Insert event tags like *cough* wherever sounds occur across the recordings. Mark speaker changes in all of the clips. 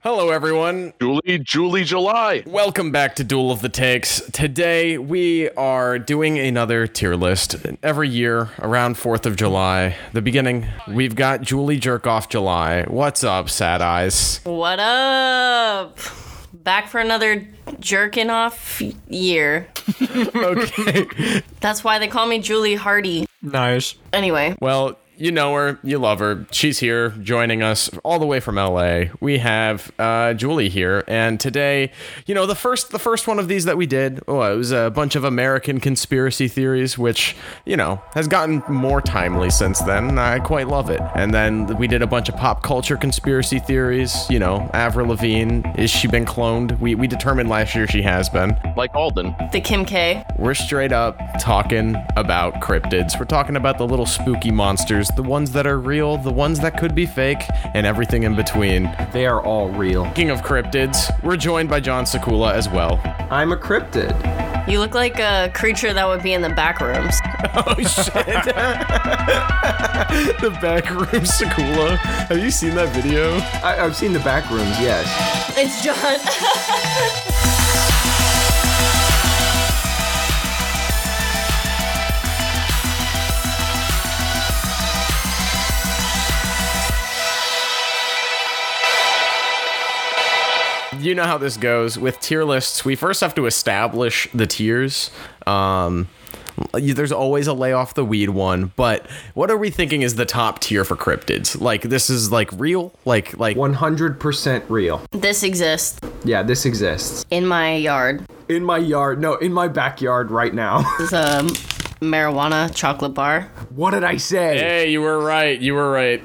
Speaker 1: Hello, everyone.
Speaker 2: Julie, Julie, July.
Speaker 1: Welcome back to Duel of the Takes. Today we are doing another tier list. Every year around 4th of July, the beginning, we've got Julie Jerkoff July. What's up, Sad Eyes?
Speaker 3: What up? Back for another jerking off year.
Speaker 1: Okay.
Speaker 3: That's why they call me Julie Hardy.
Speaker 4: Nice.
Speaker 3: Anyway,
Speaker 1: well, you know her, you love her. She's here joining us all the way from LA. We have uh, Julie here, and today, you know, the first the first one of these that we did, oh, it was a bunch of American conspiracy theories, which you know has gotten more timely since then. I quite love it. And then we did a bunch of pop culture conspiracy theories. You know, Avril Lavigne is she been cloned? We we determined last year she has been.
Speaker 2: Like Alden.
Speaker 3: the Kim K.
Speaker 1: We're straight up talking about cryptids. We're talking about the little spooky monsters, the ones that are real, the ones that could be fake, and everything in between.
Speaker 4: They are all real.
Speaker 1: Speaking of cryptids, we're joined by John Sekula as well.
Speaker 4: I'm a cryptid.
Speaker 3: You look like a creature that would be in the back rooms.
Speaker 1: Oh *laughs* shit! the backroom Sekula. Have you seen that video?
Speaker 4: I, I've seen the back rooms, yes.
Speaker 3: It's John. *laughs*
Speaker 1: you know how this goes with tier lists. We first have to establish the tiers. Um, you- there's always a lay off the weed one, but what are we thinking is the top tier for cryptids? Like this is like real, like like
Speaker 4: 100% real.
Speaker 3: this exists
Speaker 4: Yeah, this exists.
Speaker 3: in my yard.
Speaker 4: In my yard, no, in my backyard right now. *laughs*
Speaker 3: It's a marijuana chocolate bar.
Speaker 4: what did I say?
Speaker 1: Hey, you were right. You were right.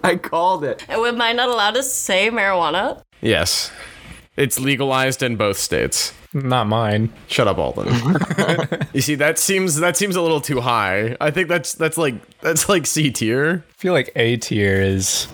Speaker 4: I called it.
Speaker 3: And Am I not allowed to say marijuana?
Speaker 1: *laughs* yes, it's legalized in both states.
Speaker 5: Not mine.
Speaker 1: Shut up, Alden. you see, that seems that seems a little too high. I think that's that's like that's like C tier.
Speaker 5: I feel like A tier is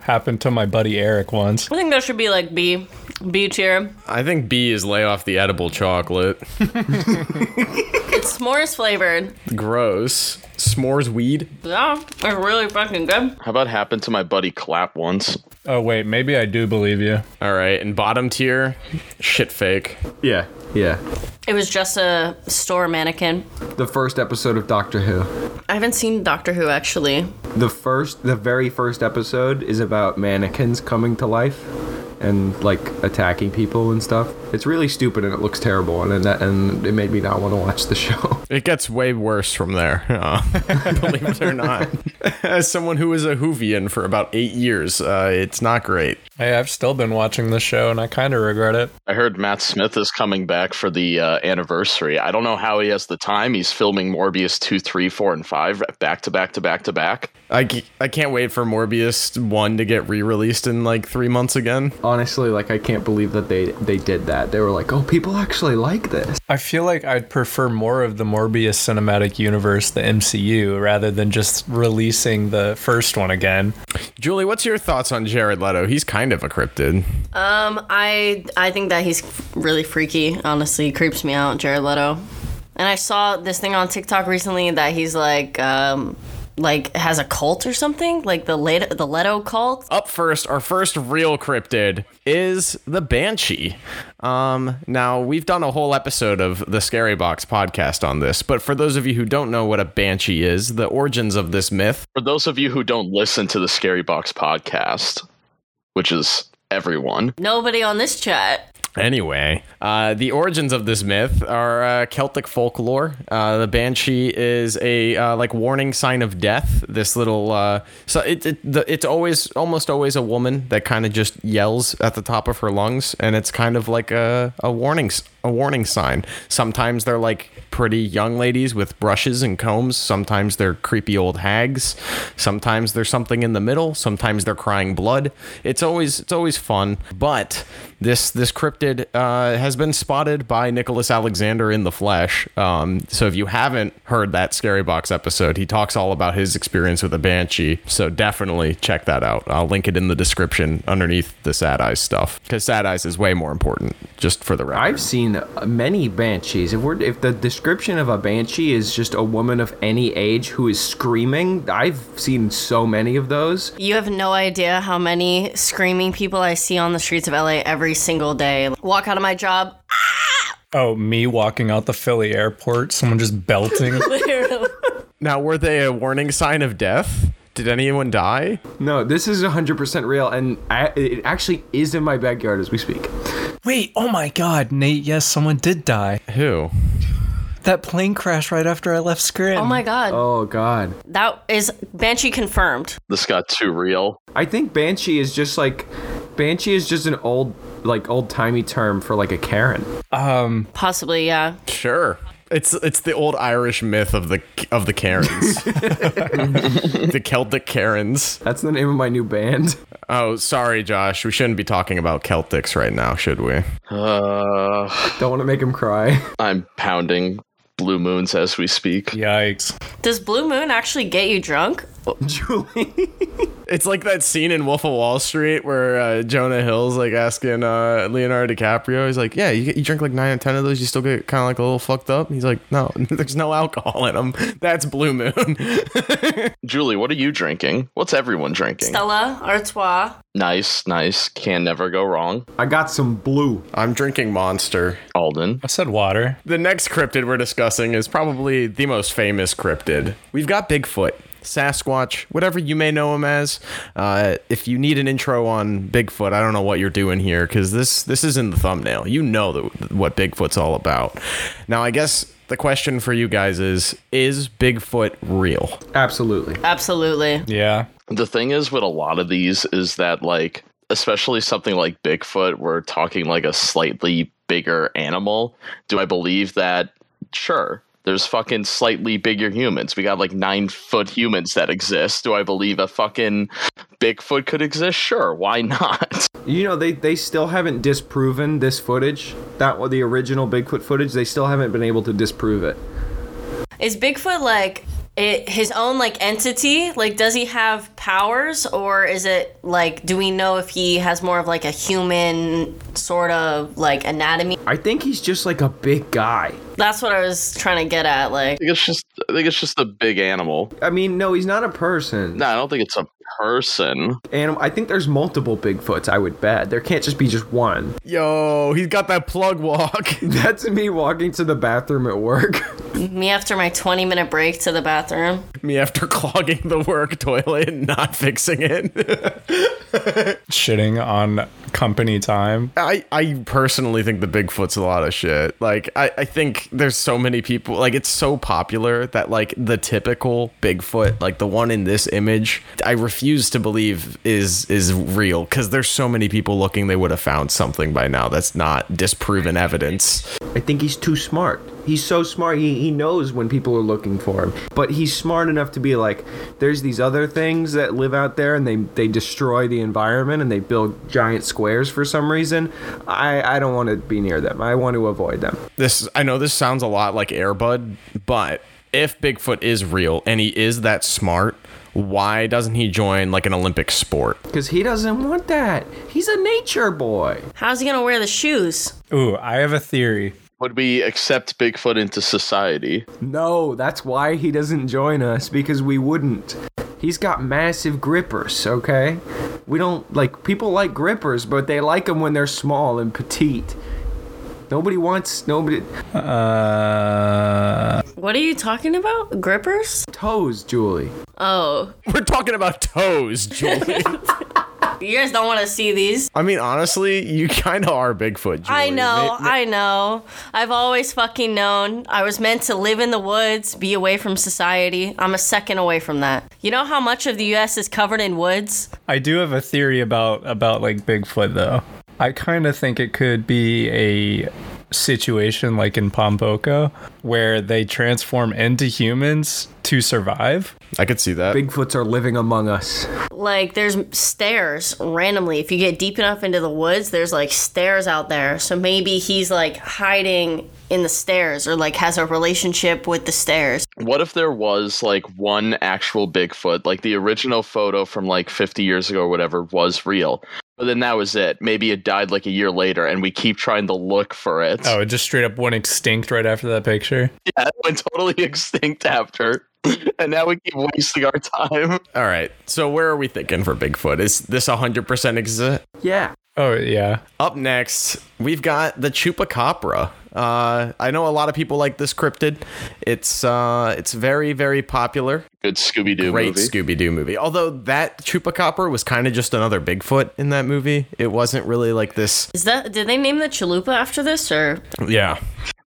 Speaker 5: happened to my buddy Eric once.
Speaker 3: I think that should be like B, B tier.
Speaker 1: I think B is lay off the edible chocolate.
Speaker 3: It's s'mores flavored.
Speaker 1: Gross. S'mores weed.
Speaker 3: Yeah, it's really fucking good.
Speaker 2: How about happened to my buddy Clap once?
Speaker 5: Oh wait, maybe I do believe you.
Speaker 1: All right, and bottom tier, shit fake.
Speaker 4: Yeah, yeah.
Speaker 3: It was just a store mannequin.
Speaker 4: The first episode of Doctor Who.
Speaker 3: I haven't seen Doctor Who actually.
Speaker 4: The first, the very first episode is about mannequins coming to life and like attacking people and stuff. It's really stupid and it looks terrible and and, that, and it made me not want to watch the *laughs* show.
Speaker 1: It gets way worse from there, *laughs* uh, believe it or not. *laughs* As someone who was a Hoovian for about eight years, uh, it's not great.
Speaker 5: Hey, I've still been watching this show and I kind of regret it.
Speaker 2: I heard Matt Smith is coming back for the uh, anniversary. I don't know how he has the time. He's filming Morbius 2, 3, 4, and 5 back to back to back to back.
Speaker 1: I, ca- I can't wait for Morbius 1 to get re released in like three months again.
Speaker 4: Honestly, like I can't believe that they they did that. They were like, "Oh, people actually like this."
Speaker 5: I feel like I'd prefer more of the Morbius cinematic universe, the MCU, rather than just releasing the first one again.
Speaker 1: Julie, what's your thoughts on Jared Leto? He's kind of a cryptid.
Speaker 3: Um, I I think that he's really freaky. Honestly, He creeps me out, Jared Leto. And I saw this thing on TikTok recently that he's like, um, like has a cult or something, like the Leto, the Leto cult.
Speaker 1: Up first, our first real cryptid is the Banshee. Um, now, we've done a whole episode of the Scary Box podcast on this, but for those of you who don't know what a Banshee is, the origins of this myth
Speaker 2: For those of you who don't listen to the Scary Box podcast, which is everyone,
Speaker 3: Nobody on this chat.
Speaker 1: Anyway, uh, the origins of this myth are uh, Celtic folklore. Uh, the banshee is a uh, like warning sign of death. This little uh, so it, it the, it's always almost always a woman that kind of just yells at the top of her lungs, and it's kind of like a a warning s- a warning sign. Sometimes they're like pretty young ladies with brushes and combs. Sometimes they're creepy old hags. Sometimes there's something in the middle. Sometimes they're crying blood. It's always it's always fun. But this this cryptid uh, has been spotted by Nicholas Alexander in the flesh. Um, so if you haven't heard that Scary Box episode, he talks all about his experience with a banshee. So definitely check that out. I'll link it in the description underneath the Sad Eyes stuff because Sad Eyes is way more important. Just for the record,
Speaker 4: I've seen seen many banshees. If we're if the description of a banshee is just a woman of any age who is screaming, I've seen so many of those.
Speaker 3: You have no idea how many screaming people I see on the streets of LA every single day. Walk out of my job, *laughs*
Speaker 5: Oh, me walking out the Philly airport, someone just belting.
Speaker 3: literally.
Speaker 1: Now, were they a warning sign of death? Did anyone die?
Speaker 4: No, this is 100% real, and I, it actually is in my backyard as we speak.
Speaker 5: Wait, oh my god, Nate, yes, someone did die.
Speaker 1: Who?
Speaker 5: That plane crash right after I left Scranton.
Speaker 3: Oh my god.
Speaker 4: Oh God,
Speaker 3: That is Banshee confirmed.
Speaker 2: This got too real.
Speaker 4: I think banshee is just like banshee is just an old like old timey term for like a Karen.
Speaker 5: Um,
Speaker 3: Possibly, yeah.
Speaker 1: Sure. It's it's the old Irish myth of the of the Karens, the Celtic Karens.
Speaker 4: That's the name of my new band. *laughs*
Speaker 1: Oh, sorry, Josh. We shouldn't be talking about Celtics right now, should we?
Speaker 2: Uh,
Speaker 4: Don't want to make him cry. *laughs*
Speaker 2: I'm pounding blue moons as we speak.
Speaker 5: yikes.
Speaker 3: Does Blue Moon actually get you drunk?
Speaker 4: Julie,
Speaker 1: It's like that scene in Wolf of Wall Street where uh, Jonah Hill's like asking uh, Leonardo DiCaprio. He's like, "Yeah, you, get- you drink like nine or ten of those, you still get kind of like a little fucked up." And he's like, "No, *laughs* there's no alcohol in them. That's Blue Moon."
Speaker 2: Julie, what are you drinking? What's everyone drinking?
Speaker 3: Stella Artois.
Speaker 2: Nice, nice. Can never go wrong.
Speaker 4: I got some blue.
Speaker 1: I'm drinking Monster.
Speaker 2: Alden.
Speaker 5: I said water.
Speaker 1: The next cryptid we're discussing is probably the most famous cryptid. We've got Bigfoot, Sasquatch, whatever you may know him as. Uh, if you need an intro on Bigfoot, I don't know what you're doing here because this this is in the thumbnail. You know that, what Bigfoot's all about. Now, I guess the question for you guys is: Is Bigfoot real?
Speaker 4: Absolutely.
Speaker 3: Absolutely.
Speaker 5: Yeah.
Speaker 2: The thing is with a lot of these is that like especially something like Bigfoot, we're talking like a slightly bigger animal. Do I believe that? Sure. There's fucking slightly bigger humans. We got like nine foot humans that exist. Do I believe a fucking Bigfoot could exist? Sure. Why *laughs* not?
Speaker 4: You know, they, they still haven't disproven this footage. That was the original Bigfoot footage. They still haven't been able to disprove it.
Speaker 3: Is Bigfoot like it, his own like entity? Like, does he have powers, or is it like, do we know if he has more of like a human sort of like anatomy?
Speaker 4: I think he's just like a big guy.
Speaker 3: That's what I was trying to get at. Like,
Speaker 2: I think it's just I think it's just a big animal.
Speaker 4: I mean, no, he's not a person.
Speaker 2: No, I don't think it's a person.
Speaker 4: And I think there's multiple Bigfoots, I would bet. There can't just be just one. *laughs*
Speaker 1: Yo, he's got that plug walk.
Speaker 4: That's me walking to the bathroom at work. *laughs*
Speaker 3: me after my 20 minute break to the bathroom.
Speaker 1: *laughs* Me after clogging the work toilet and not fixing it.
Speaker 5: Shitting on company time.
Speaker 1: I, I personally think the Bigfoot's a lot of shit. Like I, I think there's so many people like it's so popular that like the typical Bigfoot, like the one in this image, I refuse to believe is is real because there's so many people looking they would have found something by now that's not disproven evidence.
Speaker 4: I think he's too smart. He's so smart, he, he knows when people are looking for him. But he's smart enough to be like, there's these other things that live out there and they, they destroy the environment and they build giant squares for some reason. I, I don't want to be near them. I want to avoid them.
Speaker 1: This I know this sounds a lot like Airbud, but if Bigfoot is real and he is that smart, why doesn't he join like an Olympic sport? *laughs*
Speaker 4: Because he doesn't want that. He's a nature boy.
Speaker 3: How's he gonna wear the shoes?
Speaker 5: Ooh, I have a theory.
Speaker 2: Would we accept Bigfoot into society?
Speaker 4: No, that's why he doesn't join us, because we wouldn't. He's got massive grippers, okay? We don't like people like grippers, but they like them when they're small and petite. Nobody wants nobody
Speaker 5: Uh,
Speaker 3: What are you talking about? Grippers?
Speaker 4: toes, Julie.
Speaker 3: Oh,
Speaker 1: We're talking about toes, Julie.
Speaker 3: you guys don't want to see these.
Speaker 1: I mean, honestly, you *laughs* kind of are Bigfoot. Julie.
Speaker 3: I know,
Speaker 1: May- may-
Speaker 3: I know. I've always fucking known. I was meant to live in the woods, be away from society. I'm a second away from that. You know how much of the US is covered in woods?
Speaker 5: I do have a theory about about like Bigfoot though. I kind of think it could be a situation like in Pompoco where they transform into humans to survive.
Speaker 1: I could see that.
Speaker 4: Bigfoots are living among us.
Speaker 3: Like, there's stairs randomly. If you get deep enough into the woods, there's like stairs out there. So maybe he's like hiding in the stairs or like has a relationship with the stairs.
Speaker 2: What if there was like one actual Bigfoot, like the original photo from like 50 years ago or whatever was real, But then that was it. Maybe it died like a year later, and we keep trying to look for it.
Speaker 5: Oh, it just straight up went extinct right after that
Speaker 2: *laughs*
Speaker 5: picture.
Speaker 2: Yeah, it went totally *laughs* extinct after. *laughs* and now we keep wasting our time. *laughs*
Speaker 1: All right. So where are we thinking for Bigfoot? Is this 100% exist?
Speaker 4: Yeah.
Speaker 5: Oh yeah,
Speaker 1: Up next, we've got the chupacabra. Uh, I know a lot of people like this cryptid. It's uh, it's very very popular.
Speaker 2: Good Scooby Doo
Speaker 1: Great
Speaker 2: movie.
Speaker 1: Scooby Doo movie. Although that chupacabra was kind of just another Bigfoot in that movie. It wasn't really like this.
Speaker 3: Is that did they name the chalupa after this or
Speaker 1: Yeah.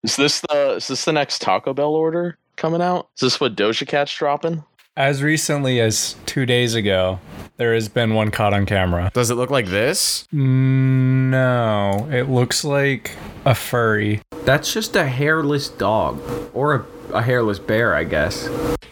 Speaker 2: is this the is this the next Taco Bell order coming out? Is this what Doja Cat's dropping?
Speaker 5: as recently as two days ago, there has been one caught on camera.
Speaker 1: Does it look like this?
Speaker 5: No, it looks like a furry.
Speaker 4: That's just a hairless dog or a, a hairless bear, I guess.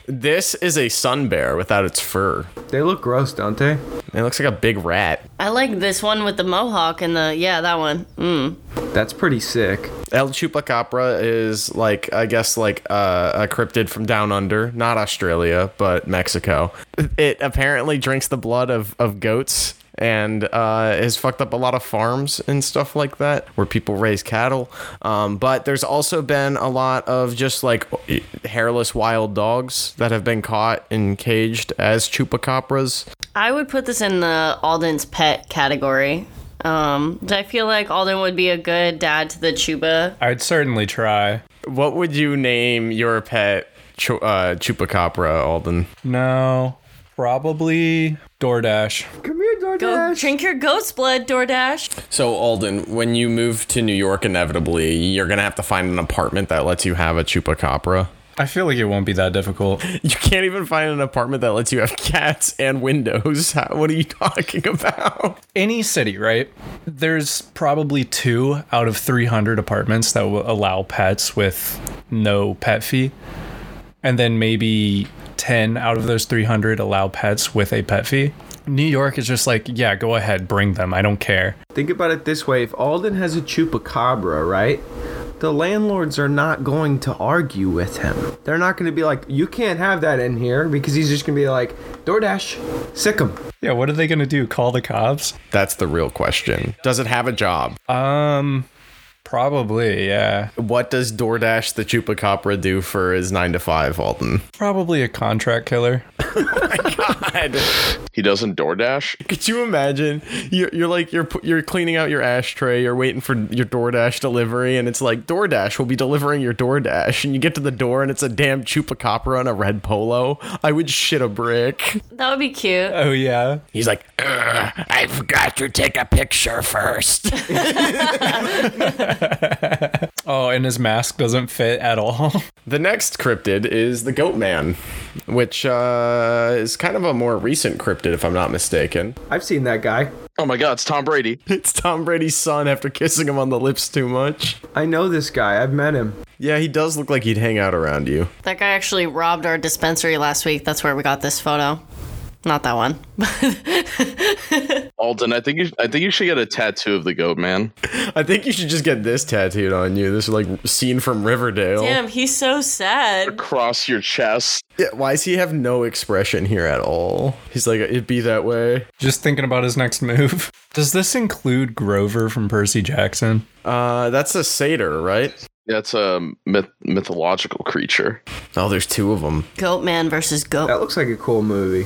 Speaker 1: This is a sun bear without its fur.
Speaker 4: They look gross, don't they?
Speaker 1: It looks like a big rat.
Speaker 3: I like this one with the mohawk and the yeah, that one. Mm.
Speaker 4: That's pretty sick.
Speaker 1: El Chupacabra is like I guess like uh, a cryptid from down under, not Australia, but Mexico. It apparently drinks the blood of of goats and uh, has fucked up a lot of farms and stuff like that where people raise cattle. Um, but there's also been a lot of just like hairless wild dogs that have been caught and caged as chupacabras.
Speaker 3: I would put this in the Alden's pet category. Um, I feel like Alden would be a good dad to the Chuba.
Speaker 5: I'd certainly try.
Speaker 1: What would you name your pet chu- uh, chupacabra, Alden?
Speaker 5: No, probably DoorDash.
Speaker 4: Come here, DoorDash.
Speaker 3: Go drink your goat's blood, DoorDash.
Speaker 1: So Alden, when you move to New York, inevitably you're gonna have to find an apartment that lets you have a chupacabra. *laughs*
Speaker 5: I feel like it won't be that difficult.
Speaker 1: You can't even find an apartment that lets you have cats and windows. How, what are you talking *laughs* about?
Speaker 5: Any city, right? There's probably two out of 300 apartments that will allow pets with no pet fee. And then maybe 10 out of those 300 allow pets with a pet fee. New York is just like, yeah, go ahead, bring them. I don't care.
Speaker 4: Think about it this way if Alden has a chupacabra, right? The landlords are not going to argue with him. They're not going to be like, you can't have that in here because he's just going to be like, DoorDash, sick him.
Speaker 5: Yeah, what are they going to do? Call the cops?
Speaker 1: That's the real question. Does it have a job?
Speaker 5: Um, probably, yeah.
Speaker 1: What does DoorDash the chupacabra do for his nine to five, Alden? *laughs*
Speaker 5: Probably a contract killer. *laughs*
Speaker 2: He doesn't DoorDash.
Speaker 1: Could you imagine? You're, you're like you're pu- you're cleaning out your ashtray. You're waiting for your DoorDash delivery, and it's like DoorDash will be delivering your DoorDash, and you get to the door, and it's a damn chupacabra in a red polo. I would shit a brick.
Speaker 3: That would be cute.
Speaker 5: Oh, yeah.
Speaker 1: He's like, "Ugh, I forgot to take a picture first.
Speaker 5: Oh, and his mask doesn't fit at all.
Speaker 1: *laughs*
Speaker 5: *laughs*
Speaker 1: the next cryptid is the Goat Man, which uh, is kind of a more recent cryptid, if I'm not mistaken.
Speaker 4: I've seen that guy.
Speaker 2: Oh my God, it's Tom Brady.
Speaker 1: It's Tom Brady's son after kissing him on the lips too much.
Speaker 4: I know this guy. I've met him.
Speaker 1: Yeah, he does look like he'd hang out around you.
Speaker 3: That guy actually robbed our dispensary last week. That's where we got this photo. Not that one. *laughs*
Speaker 2: Alden, I think you, I think you should get a tattoo of the goat man.
Speaker 1: I think you should just get this tattooed on you. This like scene from Riverdale.
Speaker 3: Damn, he's so sad.
Speaker 2: Cross your chest.
Speaker 1: Yeah, why does he have no expression here at all? He's like, it'd be that way.
Speaker 5: Just thinking about his next move. *laughs* Does this include Grover from Percy Jackson?
Speaker 1: Uh, that's a satyr, right?
Speaker 2: That's a myth- mythological creature.
Speaker 1: Oh, there's two of them.
Speaker 3: Goat man versus goat.
Speaker 4: That looks like a cool movie.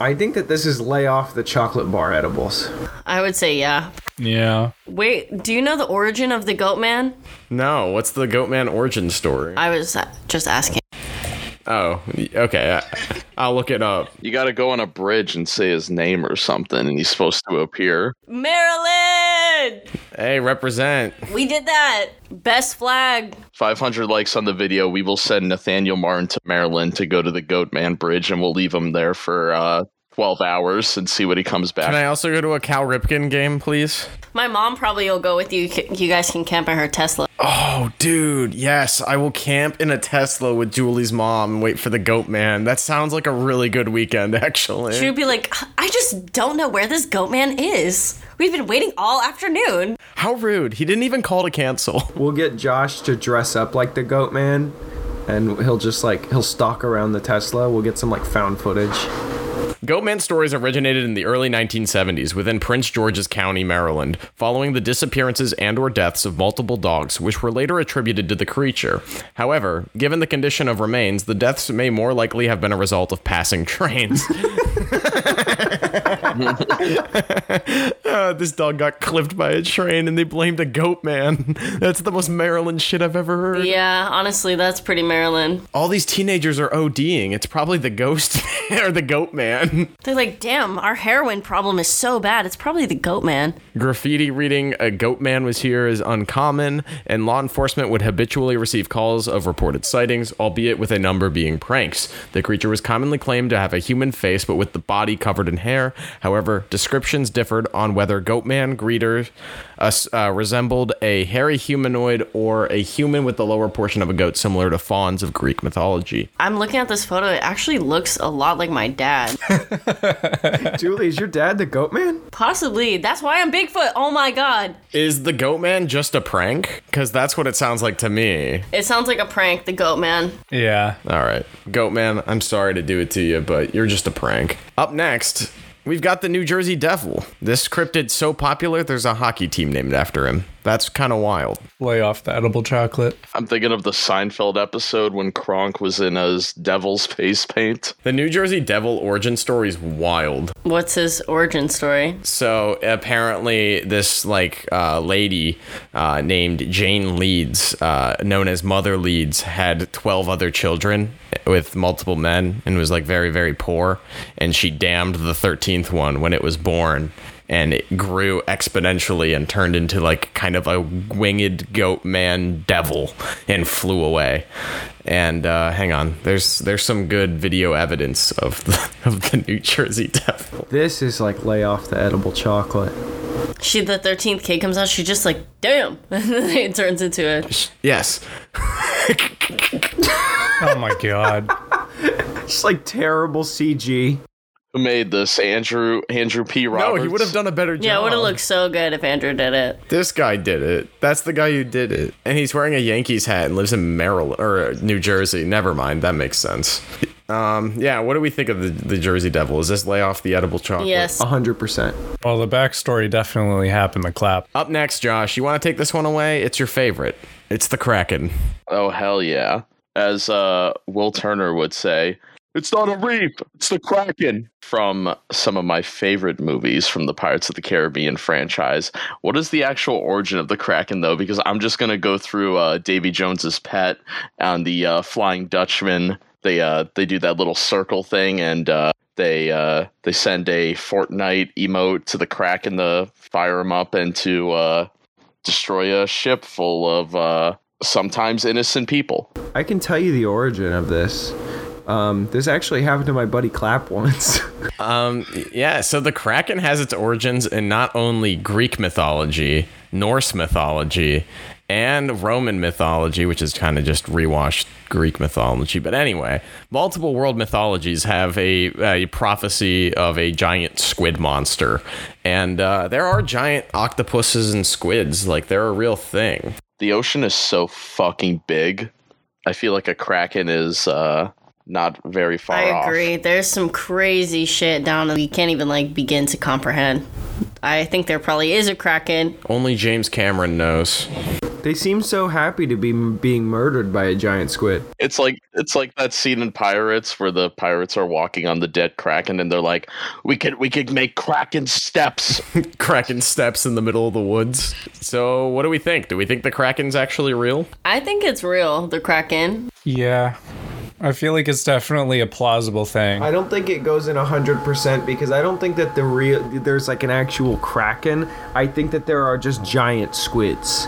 Speaker 4: I think that this is lay off the chocolate bar edibles.
Speaker 3: I would say yeah.
Speaker 5: Yeah.
Speaker 3: Wait, do you know the origin of the goat man?
Speaker 1: No, what's the Goatman origin story?
Speaker 3: I was uh, just asking.
Speaker 1: oh, okay. I, I'll look it up.
Speaker 2: You got to go on a bridge and say his name or something, and he's supposed to appear.
Speaker 3: Maryland!
Speaker 1: Hey, represent.
Speaker 3: We did that. Best flag.
Speaker 2: 500 likes on the video. We will send Nathaniel Martin to Maryland to go to the Goat Man Bridge, and we'll leave him there for uh, 12 hours and see what he comes back.
Speaker 1: Can I also go to a Cal Ripken game, please?
Speaker 3: My mom probably will go with you. You guys can camp in her Tesla.
Speaker 1: Oh, dude, yes. I will camp in a Tesla with Julie's mom and wait for the Goatman. That sounds like a really good weekend, *laughs* actually.
Speaker 3: She would be like, I just don't know where this goat man is. We've been waiting all afternoon.
Speaker 1: How rude. He didn't even call to cancel.
Speaker 4: We'll get Josh to dress up like the goat man and he'll just like, he'll stalk around the Tesla. We'll get some like found footage.
Speaker 1: Goat Man stories originated in the early 1970s within Prince George's County, Maryland, following the disappearances and or deaths of multiple dogs which were later attributed to the creature. However, given the condition of remains, the deaths may more likely have been a result of passing trains. *laughs* Uh, this dog got clipped by a train and they blamed a goat man. *laughs* That's the most Maryland shit I've ever heard.
Speaker 3: Yeah, honestly, that's pretty Maryland.
Speaker 1: All these teenagers are ODing. It's probably the ghost *laughs* or the goat man.
Speaker 3: They're like, damn, our heroin problem is so bad. It's probably the goat man.
Speaker 1: Graffiti reading a goat man was here is uncommon, and law enforcement would habitually receive calls of reported sightings, albeit with a number being pranks. The creature was commonly claimed to have a human face but with the body covered in hair. However, descriptions differed on whether goat man greeter uh, s- uh, resembled a hairy humanoid or a human with the lower portion of a goat, similar to fawns of Greek mythology.
Speaker 3: I'm looking at this photo. It actually looks a lot like my dad.
Speaker 4: Julie, is your dad the goat man?
Speaker 3: Possibly. That's why I'm Bigfoot. Oh my god.
Speaker 1: Is the goat man just a prank? Because that's what it sounds like to me.
Speaker 3: It sounds like a prank, the goat man.
Speaker 5: Yeah.
Speaker 1: All right. Goat Man, I'm sorry to do it to you, but you're just a prank. Up next, we've got the New Jersey Devil. This cryptid's so popular, there's a hockey team named after him. That's kind of wild.
Speaker 5: Lay off the edible chocolate.
Speaker 2: I'm thinking of the Seinfeld episode when Kronk was in his devil's face paint.
Speaker 1: The New Jersey Devil origin story is wild.
Speaker 3: What's his origin story?
Speaker 1: So apparently, this like uh, lady uh, named Jane Leeds, uh, known as Mother Leeds, had twelve other children with multiple men and was like very very poor, and she damned the thirteenth one when it was born. And it grew exponentially and turned into like kind of a winged goat man devil and flew away. And uh, hang on, there's there's some good video evidence of the, *laughs* of the New Jersey devil.
Speaker 4: This is like lay off the edible chocolate.
Speaker 3: She, the 13th kid comes out, she's just like, damn. *laughs* And then it turns into it.
Speaker 1: Yes,
Speaker 5: Oh my god.
Speaker 4: It's like terrible CG.
Speaker 2: Who made this? Andrew Andrew P. Roberts.
Speaker 1: No, he would have done a better job.
Speaker 3: Yeah, it would have looked so good if Andrew did it.
Speaker 1: This guy did it. That's the guy who did it, and he's wearing a Yankees hat and lives in Maryland or uh, New Jersey. Never mind, that makes sense. Um, yeah. What do we think of the, the Jersey Devil? Is this lay off the edible chocolate?
Speaker 3: Yes.
Speaker 4: 100%.
Speaker 5: Well, the backstory definitely happened. The clap.
Speaker 1: Up next, Josh, you want to take this one away? It's your favorite. It's the Kraken.
Speaker 2: Oh hell yeah. As uh Will Turner would say, it's not a reef, it's the Kraken. From some of my favorite movies from the Pirates of the Caribbean franchise. What is the actual origin of the Kraken though? Because I'm just gonna go through uh Davy Jones's pet and the uh, Flying Dutchman. They uh they do that little circle thing and uh they uh, they send a Fortnite emote to the Kraken to fire him up and to uh, destroy a ship full of uh, sometimes innocent people.
Speaker 4: I can tell you the origin of this. Um, this actually happened to my buddy Clap once. *laughs*
Speaker 1: Um, yeah, so the Kraken has its origins in not only Greek mythology, Norse mythology, and Roman mythology, which is kind of just rewashed Greek mythology. But anyway, multiple world mythologies have a, a prophecy of a giant squid monster. And uh, there are giant octopuses and squids, like, they're a real thing.
Speaker 2: The ocean is so fucking big. I feel like a Kraken is uh, not very far
Speaker 3: I
Speaker 2: off.
Speaker 3: agree. There's some crazy shit down that we can't even like begin to comprehend. I think there probably is a kraken.
Speaker 1: Only James Cameron knows.
Speaker 4: they seem so happy to be m- being murdered by a giant squid.
Speaker 2: It's like it's like that scene in Pirates where the pirates are walking on the dead Kraken and they're like, "We could we could make Kraken
Speaker 3: *laughs*
Speaker 2: steps."
Speaker 1: Kraken steps in the middle of the woods. So, what do we think? Do we think the Kraken's actually real?
Speaker 3: I think it's real, the kraken.
Speaker 5: Yeah. I feel like it's definitely a plausible thing.
Speaker 4: I don't think it goes in 100% because I don't think that the real there's like an actual kraken. I think that there are just giant squids.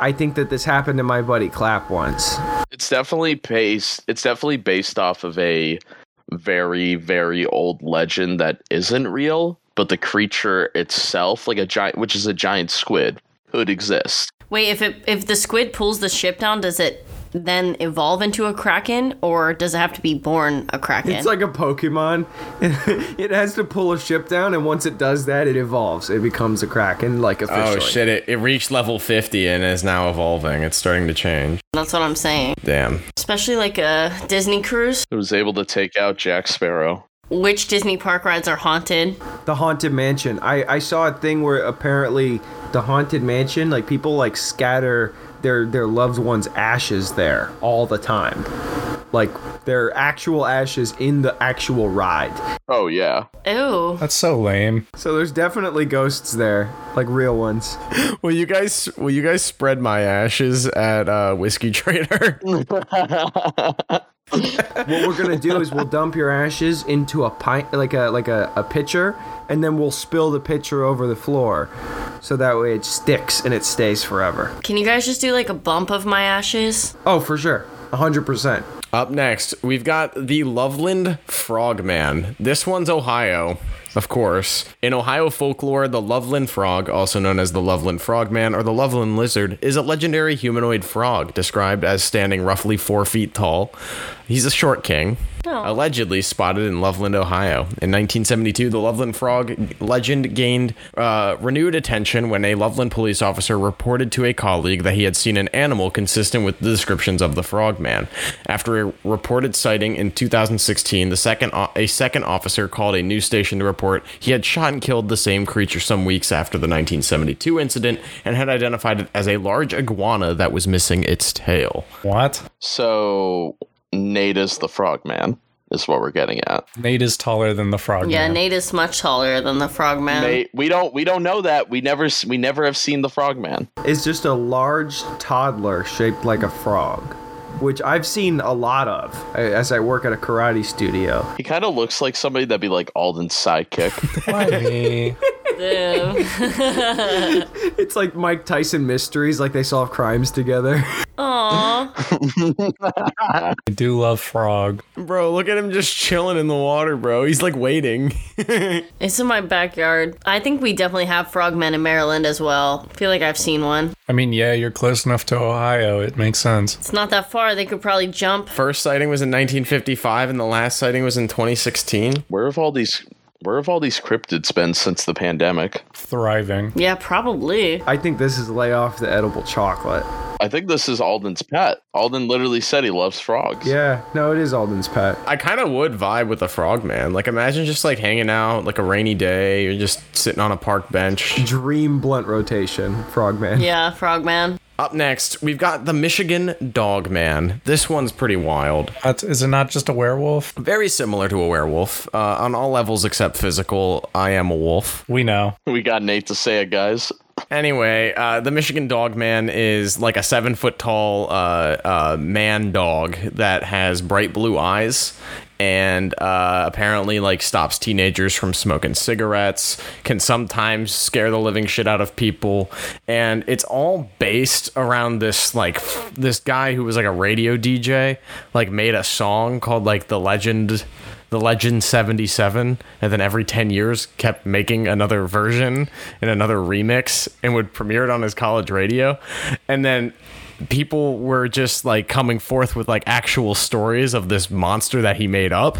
Speaker 4: I think that this happened to my buddy Clap once.
Speaker 2: it's definitely based it's definitely based off of a very very old legend that isn't real but the creature itself like a giant which is a giant squid could exist
Speaker 3: Wait, if it if the squid pulls the ship down, does it then evolve into a kraken or does it have to be born a kraken?
Speaker 4: It's like a Pokemon. *laughs* it has to pull a ship down, and once it does that, it evolves. It becomes a kraken, like officially.
Speaker 1: Oh shit! It, it reached level fifty and is now evolving. It's starting to change.
Speaker 3: That's what I'm saying.
Speaker 1: Damn.
Speaker 3: Especially like a Disney cruise.
Speaker 2: it was able to take out jack sparrow
Speaker 3: which Disney park rides are haunted.
Speaker 4: The Haunted Mansion. I, I saw a thing where apparently the Haunted Mansion, like people like scatter their their loved ones' ashes there all the time. Like their actual ashes in the actual ride.
Speaker 2: Oh yeah.
Speaker 3: Ew.
Speaker 5: That's so lame.
Speaker 4: So there's definitely ghosts there, like real ones.
Speaker 1: Will you guys will you guys spread my ashes at uh, Whiskey Trader? *laughs*
Speaker 4: What we're gonna do is we'll dump your ashes into a pint, like a like a, a pitcher, and then we'll spill the pitcher over the floor, so that way it sticks and it stays forever.
Speaker 3: Can you guys just do like a bump of my ashes?
Speaker 4: Oh, for sure, hundred percent.
Speaker 1: Up next, we've got the Loveland Frogman. This one's Ohio, of course. In Ohio folklore, the Loveland Frog, also known as the Loveland Frogman or the Loveland Lizard, is a legendary humanoid frog described as standing roughly four feet tall. He's a short king, allegedly spotted in Loveland, Ohio. In 1972, the Loveland Frog legend gained uh, renewed attention when a Loveland police officer reported to a colleague that he had seen an animal consistent with the descriptions of the frogman. After a reported sighting in 2016, the second o- a second officer called a news station to report he had shot and killed the same creature some weeks after the 1972 incident and had identified it as a large iguana that was missing its tail.
Speaker 5: What?
Speaker 2: So Nate is the frogman is what we're getting at.
Speaker 5: Nate is taller than the frog.
Speaker 3: Yeah,
Speaker 5: man.
Speaker 3: Nate is much taller than the frogman.
Speaker 2: Nate, we don't we don't know that. We never s- we never have seen the frogman.
Speaker 4: It's just a large toddler shaped like a frog, which I've seen a lot of uh, as I work at a karate studio.
Speaker 2: He kind of looks like somebody that'd be like Alden's
Speaker 5: *laughs*
Speaker 2: sidekick.
Speaker 5: Why
Speaker 3: *laughs*
Speaker 5: me?
Speaker 3: Ew.
Speaker 4: It's like Mike Tyson mysteries, like they solve crimes together. *laughs*
Speaker 3: Aw.
Speaker 5: I do love frog.
Speaker 1: Bro, look at him just chilling in the water, bro. He's like waiting.
Speaker 3: It's in my backyard. I think we definitely have frogmen in Maryland as well. I feel like I've seen one.
Speaker 5: I mean, yeah, you're close enough to Ohio. It makes sense.
Speaker 3: It's not that far. They could probably jump.
Speaker 1: First sighting was in 1955 and the last sighting was in 2016.
Speaker 2: where have all these where have all these cryptids been since the pandemic?
Speaker 5: Thriving.
Speaker 3: Yeah, probably.
Speaker 4: I think this is lay off the edible chocolate.
Speaker 2: I think this is Alden's pet. Alden literally said he loves frogs.
Speaker 4: Yeah, no, it is Alden's pet.
Speaker 1: I kind of would vibe with a frogman. Like imagine just like hanging out like a rainy day or just sitting on a park bench.
Speaker 4: Dream blunt rotation, Frogman.
Speaker 3: Yeah, frogman.
Speaker 1: Up next, we've got the Michigan Dog Man. This one's pretty wild.
Speaker 5: That's, is it not just a werewolf?
Speaker 1: Very similar to a werewolf uh, on all levels except physical. I am a wolf.
Speaker 5: We know.
Speaker 2: We got Nate to say it, guys.
Speaker 1: Anyway, uh, the Michigan Dog Man is like a seven foot tall uh, uh, man dog that has bright blue eyes and uh, apparently like stops teenagers from smoking cigarettes can sometimes scare the living shit out of people and it's all based around this like f- this guy who was like a radio dj like made a song called like the legend the Legend 77, and then every 10 years kept making another version and another remix and would premiere it on his college radio. And then people were just like coming forth with like actual stories of this monster that he made up.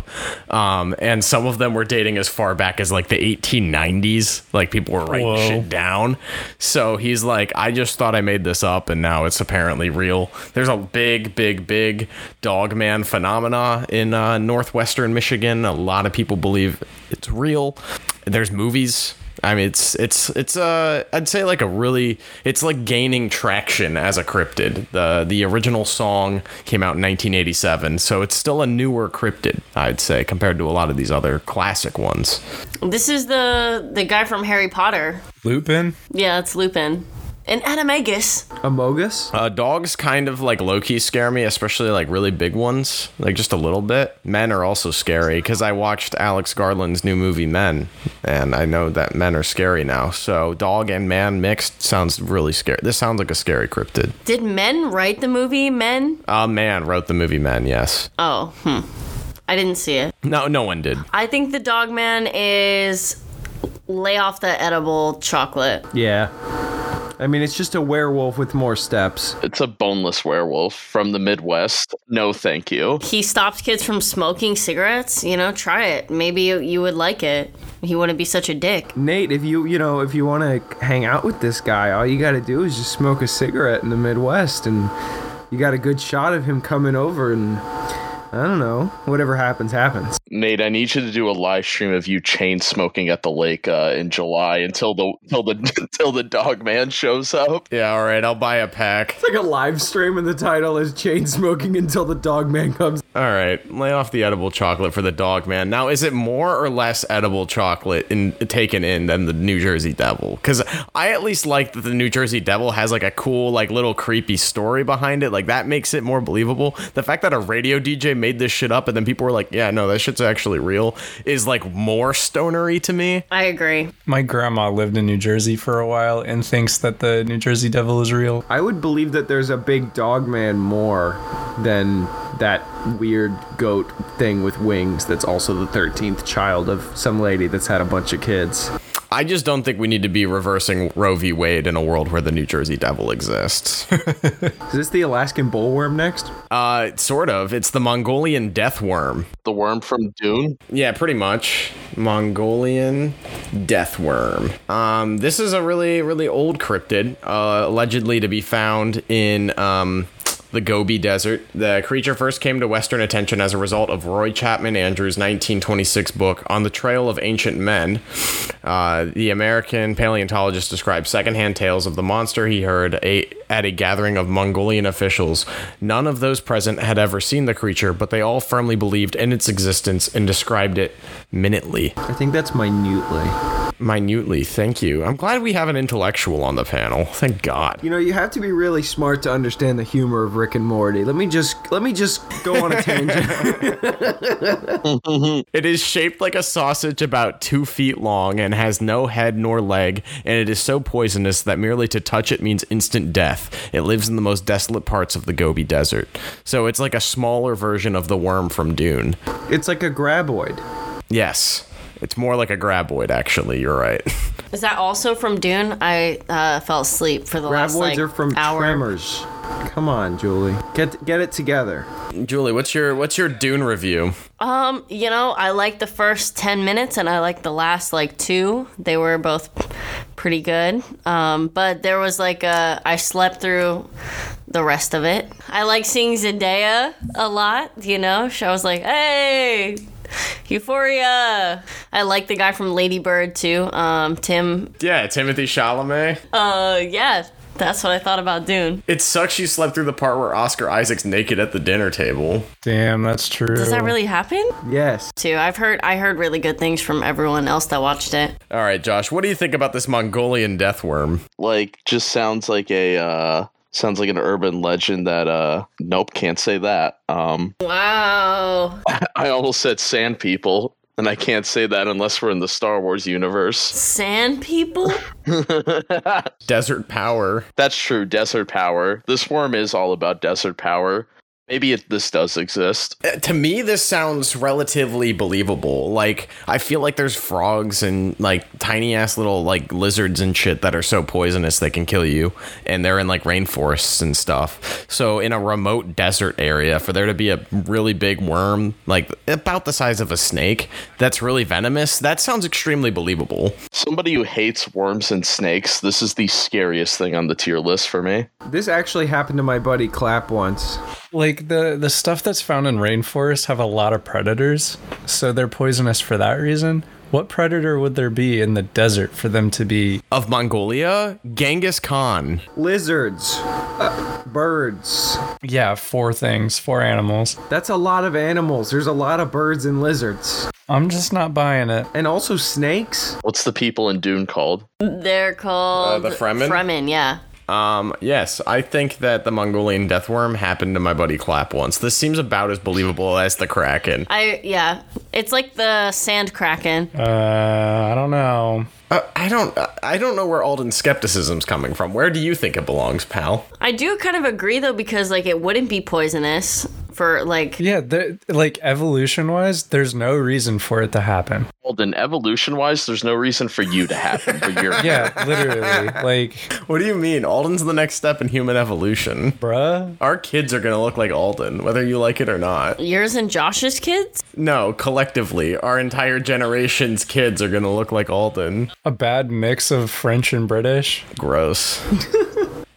Speaker 1: Um, and some of them were dating as far back as like the 1890s. Like people were writing
Speaker 5: Whoa.
Speaker 1: shit down. So he's like, I just thought I made this up, and now it's apparently real. There's a big, big, big dog man phenomena in uh, northwestern Michigan. A lot of people believe it's real. There's movies. I mean, it's it's it's uh, I'd say like a really it's like gaining traction as a cryptid. the The original song came out in 1987, so it's still a newer cryptid, I'd say, compared to a lot of these other classic ones.
Speaker 3: This is the the guy from Harry Potter.
Speaker 5: Lupin?
Speaker 3: Yeah, it's Lupin. And Animagus.
Speaker 4: Amogus?
Speaker 1: Uh, dogs kind of like low key scare me, especially like really big ones, like just a little bit. Men are also scary because I watched Alex Garland's new movie Men, and I know that men are scary now. So dog and man mixed sounds really scary. This sounds like a scary cryptid.
Speaker 3: Did men write the movie Men?
Speaker 1: Uh, man wrote the movie Men, yes.
Speaker 3: Oh, hmm. I didn't see it.
Speaker 1: No, no one did.
Speaker 3: I think the Dogman is lay off the edible chocolate.
Speaker 4: Yeah. I mean, it's just a werewolf with more steps.
Speaker 2: It's a boneless werewolf from the Midwest. No, thank you.
Speaker 3: He stops kids from smoking cigarettes. You know, try it. Maybe you, you would like it. He wouldn't be such a dick.
Speaker 4: Nate, if you you know if you want to hang out with this guy, all you got to do is just smoke a cigarette in the Midwest, and you got a good shot of him coming over and I don't know. Whatever happens, happens.
Speaker 2: Nate, I need you to do a live stream of you chain smoking at the lake uh, in July until the until the *laughs* until the dog man shows up.
Speaker 1: Yeah, all right, I'll buy a pack.
Speaker 4: It's like a live stream, and the title is "Chain Smoking Until the Dog Man Comes."
Speaker 1: All right, lay off the edible chocolate for the dog man. Now, is it more or less edible chocolate in, taken in than the New Jersey Devil? Because I at least like that the New Jersey Devil has like a cool, like little creepy story behind it. Like that makes it more believable. The fact that a radio DJ made this shit up and then people were like, "Yeah, no, that shit's actually real," is like more stonery to me.
Speaker 3: I agree.
Speaker 5: My grandma lived in New Jersey for a while and thinks that the New Jersey devil is real.
Speaker 4: I would believe that there's a big dog man more than that weird goat thing with wings. That's also the thirteenth child of some lady that's had a bunch of kids.
Speaker 1: I just don't think we need to be reversing Roe v. Wade in a world where the New Jersey Devil exists. *laughs*
Speaker 4: Is this the Alaskan bullworm next?
Speaker 1: uh, sort of. It's the Mongolian death worm.
Speaker 2: The worm from Dune.
Speaker 1: Yeah, pretty much. Mongolian death worm. Um, this is a really, really old cryptid, uh, allegedly to be found in um, the Gobi Desert. The creature first came to Western attention as a result of Roy Chapman Andrews' 1926 book, On the Trail of Ancient Men. Uh, the American paleontologist described secondhand tales of the monster he heard a, at a gathering of Mongolian officials. None of those present had ever seen the creature, but they all firmly believed in its existence and described it minutely.
Speaker 4: I think that's minutely.
Speaker 1: Minutely, thank you. I'm glad we have an intellectual on the panel. Thank God.
Speaker 4: You know, you have to be really smart to understand the humor of Rick and Morty. Let me just let me just go *laughs* on a tangent.
Speaker 1: It is shaped like a sausage about two feet long and has no head nor leg, and it is so poisonous that merely to touch it means instant death. It lives in the most desolate parts of the Gobi Desert. So it's like a smaller version of the worm from Dune.
Speaker 4: it's like a graboid.
Speaker 1: Yes. It's more like a graboid, actually. You're right. *laughs*
Speaker 3: Is that also from Dune? I uh, fell asleep for the last
Speaker 4: Graboids
Speaker 3: like
Speaker 4: are from
Speaker 3: hour.
Speaker 4: tremors. Come on, Julie. Get get it together.
Speaker 1: Julie, what's your what's your Dune review?
Speaker 3: Um, you know, I liked the first 10 minutes and I liked the last like 2. They were both pretty good. Um, but there was like a I slept through the rest of it. I like seeing Zendaya a lot, you know. She I was like, "Hey, Euphoria." I like the guy from Lady Bird too. Um, Tim.
Speaker 1: Yeah, Timothy Chalamet.
Speaker 3: Uh, yeah. That's what I thought about Dune.
Speaker 1: It sucks you slept through the part where Oscar Isaac's naked at the dinner table.
Speaker 5: Damn, that's true.
Speaker 3: Does that really happen?
Speaker 4: Yes.
Speaker 3: Too. I've heard I heard really good things from everyone else that watched it.
Speaker 1: All right, Josh, what do you think about this Mongolian death worm?
Speaker 2: Like, just sounds like a uh, sounds like an urban legend that uh, nope, can't say that. Um, *laughs*
Speaker 3: Wow.
Speaker 2: I almost said sand people, and I can't say that unless we're in the Star Wars universe.
Speaker 3: Sand people?
Speaker 1: Desert power.
Speaker 2: That's true, desert power. This worm is all about desert power. Maybe it, this does exist.
Speaker 1: Uh, to me this sounds relatively believable like i feel like there's frogs and like tiny ass little like lizards and shit that are so poisonous they can kill you and they're in like rainforests and stuff so in a remote desert area for there to be a really big worm like about the size of a snake that's really venomous that sounds extremely believable
Speaker 2: Somebody who hates worms and snakes, this is the scariest thing on the tier list for me.
Speaker 4: This actually happened to my buddy Clap once.
Speaker 5: like the the stuff that's found in rainforests have a lot of predators, so they're poisonous for that reason. What predator would there be in the desert for them to be?
Speaker 1: of mongolia genghis khan
Speaker 4: Lizards, uh, birds.
Speaker 5: Yeah, four things, four animals.
Speaker 4: That's a lot of animals. There's a lot of birds and lizards,
Speaker 5: I'm just not buying it.
Speaker 4: and also snakes.
Speaker 2: What's the people in Dune called?
Speaker 3: They're called
Speaker 1: Uh, the Fremen?
Speaker 3: Fremen, yeah.
Speaker 1: Um, yes, I think that the Mongolian death worm happened to my buddy Clap once. This seems about as believable as the Kraken.
Speaker 3: I yeah. It's like the sand kraken.
Speaker 5: Uh, I don't know.
Speaker 1: Uh, I don't, I don't know where Alden's skepticism's coming from. Where do you think it belongs, pal?
Speaker 3: I do kind of agree though because like it wouldn't be poisonous for like
Speaker 5: Yeah, there- like evolution wise, there's no reason for it to happen.
Speaker 2: Well, then evolution wise, there's no reason for you to happen for your
Speaker 5: Yeah, literally.
Speaker 3: *laughs*
Speaker 5: like,
Speaker 1: What do you mean? Alden's the next step in human evolution.
Speaker 5: bruh.
Speaker 1: Our kids are gonna look like Alden, whether you like it or not.
Speaker 3: yours and Josh's kids.
Speaker 1: No, collectively, our entire generation's kids are gonna look like Alden. *laughs*
Speaker 5: A bad mix of French and British.
Speaker 1: Gross.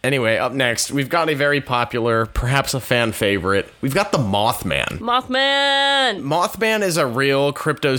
Speaker 1: Anyway, up next, we've got a very popular, perhaps a fan favorite. We've got the Mothman.
Speaker 3: Mothman.
Speaker 1: Mothman is a real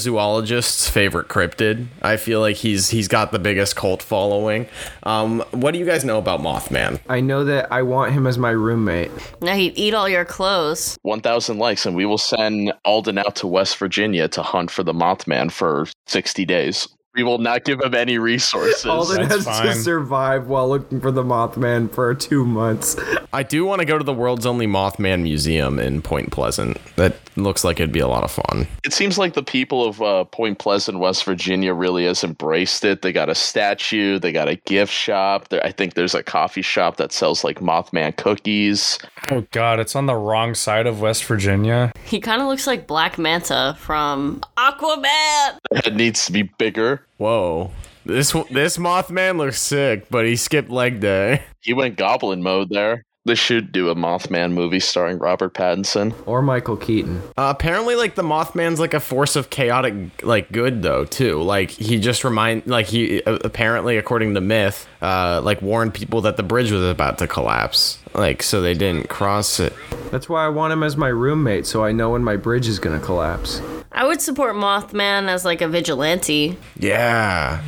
Speaker 1: cryptozoologist's favorite cryptid. I feel like he's he's got the biggest cult following. Um, what do you guys know about Mothman?
Speaker 4: I know that I want him as my roommate.
Speaker 3: Now he'd eat all your clothes.
Speaker 2: 1,000 likes, and we will send Alden out to West Virginia to hunt for the Mothman for 60 days. We will not give him any resources.
Speaker 4: Alden
Speaker 5: That's
Speaker 4: has to
Speaker 5: fine.
Speaker 4: survive while looking for the Mothman for two months.
Speaker 1: I do want to go to the world's only Mothman museum in Point Pleasant. That looks like it'd be a lot of fun.
Speaker 2: it seems like the people of uh, Point Pleasant, West Virginia, really has embraced it. They got a statue, they got a gift shop. There, I think there's a coffee shop that sells like Mothman cookies.
Speaker 5: Oh god, it's on the wrong side of West Virginia.
Speaker 3: He kind of looks like Black Manta from Aquaman.
Speaker 2: It needs to be bigger.
Speaker 1: Whoa. This this Mothman looks sick, but he skipped leg day. *laughs*
Speaker 2: He went goblin mode there. They should do a Mothman movie starring Robert Pattinson.
Speaker 4: Or Michael Keaton.
Speaker 1: Uh, apparently, like the Mothman's like a force of chaotic, like good though too. Like he just remind, like he uh, apparently, according to myth, uh, like warned people that the bridge was about to collapse, like so they didn't cross it.
Speaker 4: That's why I want him as my roommate so I know when my bridge is going to collapse.
Speaker 3: I would support Mothman as like a vigilante.
Speaker 1: Yeah,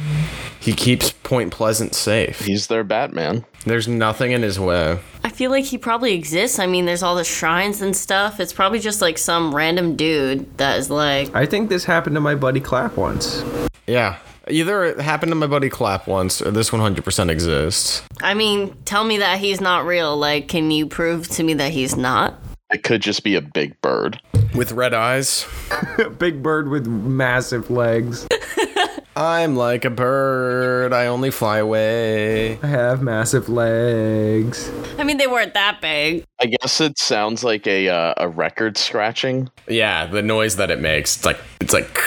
Speaker 1: he keeps Point Pleasant safe.
Speaker 2: He's their Batman.
Speaker 1: There's nothing in his way.
Speaker 3: I feel like he probably exists. I mean, there's all the shrines and stuff. It's probably just like some random dude that is like,
Speaker 4: I think this happened to my buddy Clap once.
Speaker 1: Yeah, either it happened to my buddy Clap once, or this 100% exists.
Speaker 3: I mean, tell me that he's not real. Like, can you prove to me that he's not?
Speaker 2: It could just be a big bird.
Speaker 1: With red eyes,
Speaker 4: Big bird with massive legs.
Speaker 1: I'm like a bird. I only fly away.
Speaker 4: I have massive legs.
Speaker 3: I mean, they weren't that big.
Speaker 2: I guess it sounds like a uh, a record scratching.
Speaker 1: Yeah, the noise that it makes. It's like it's like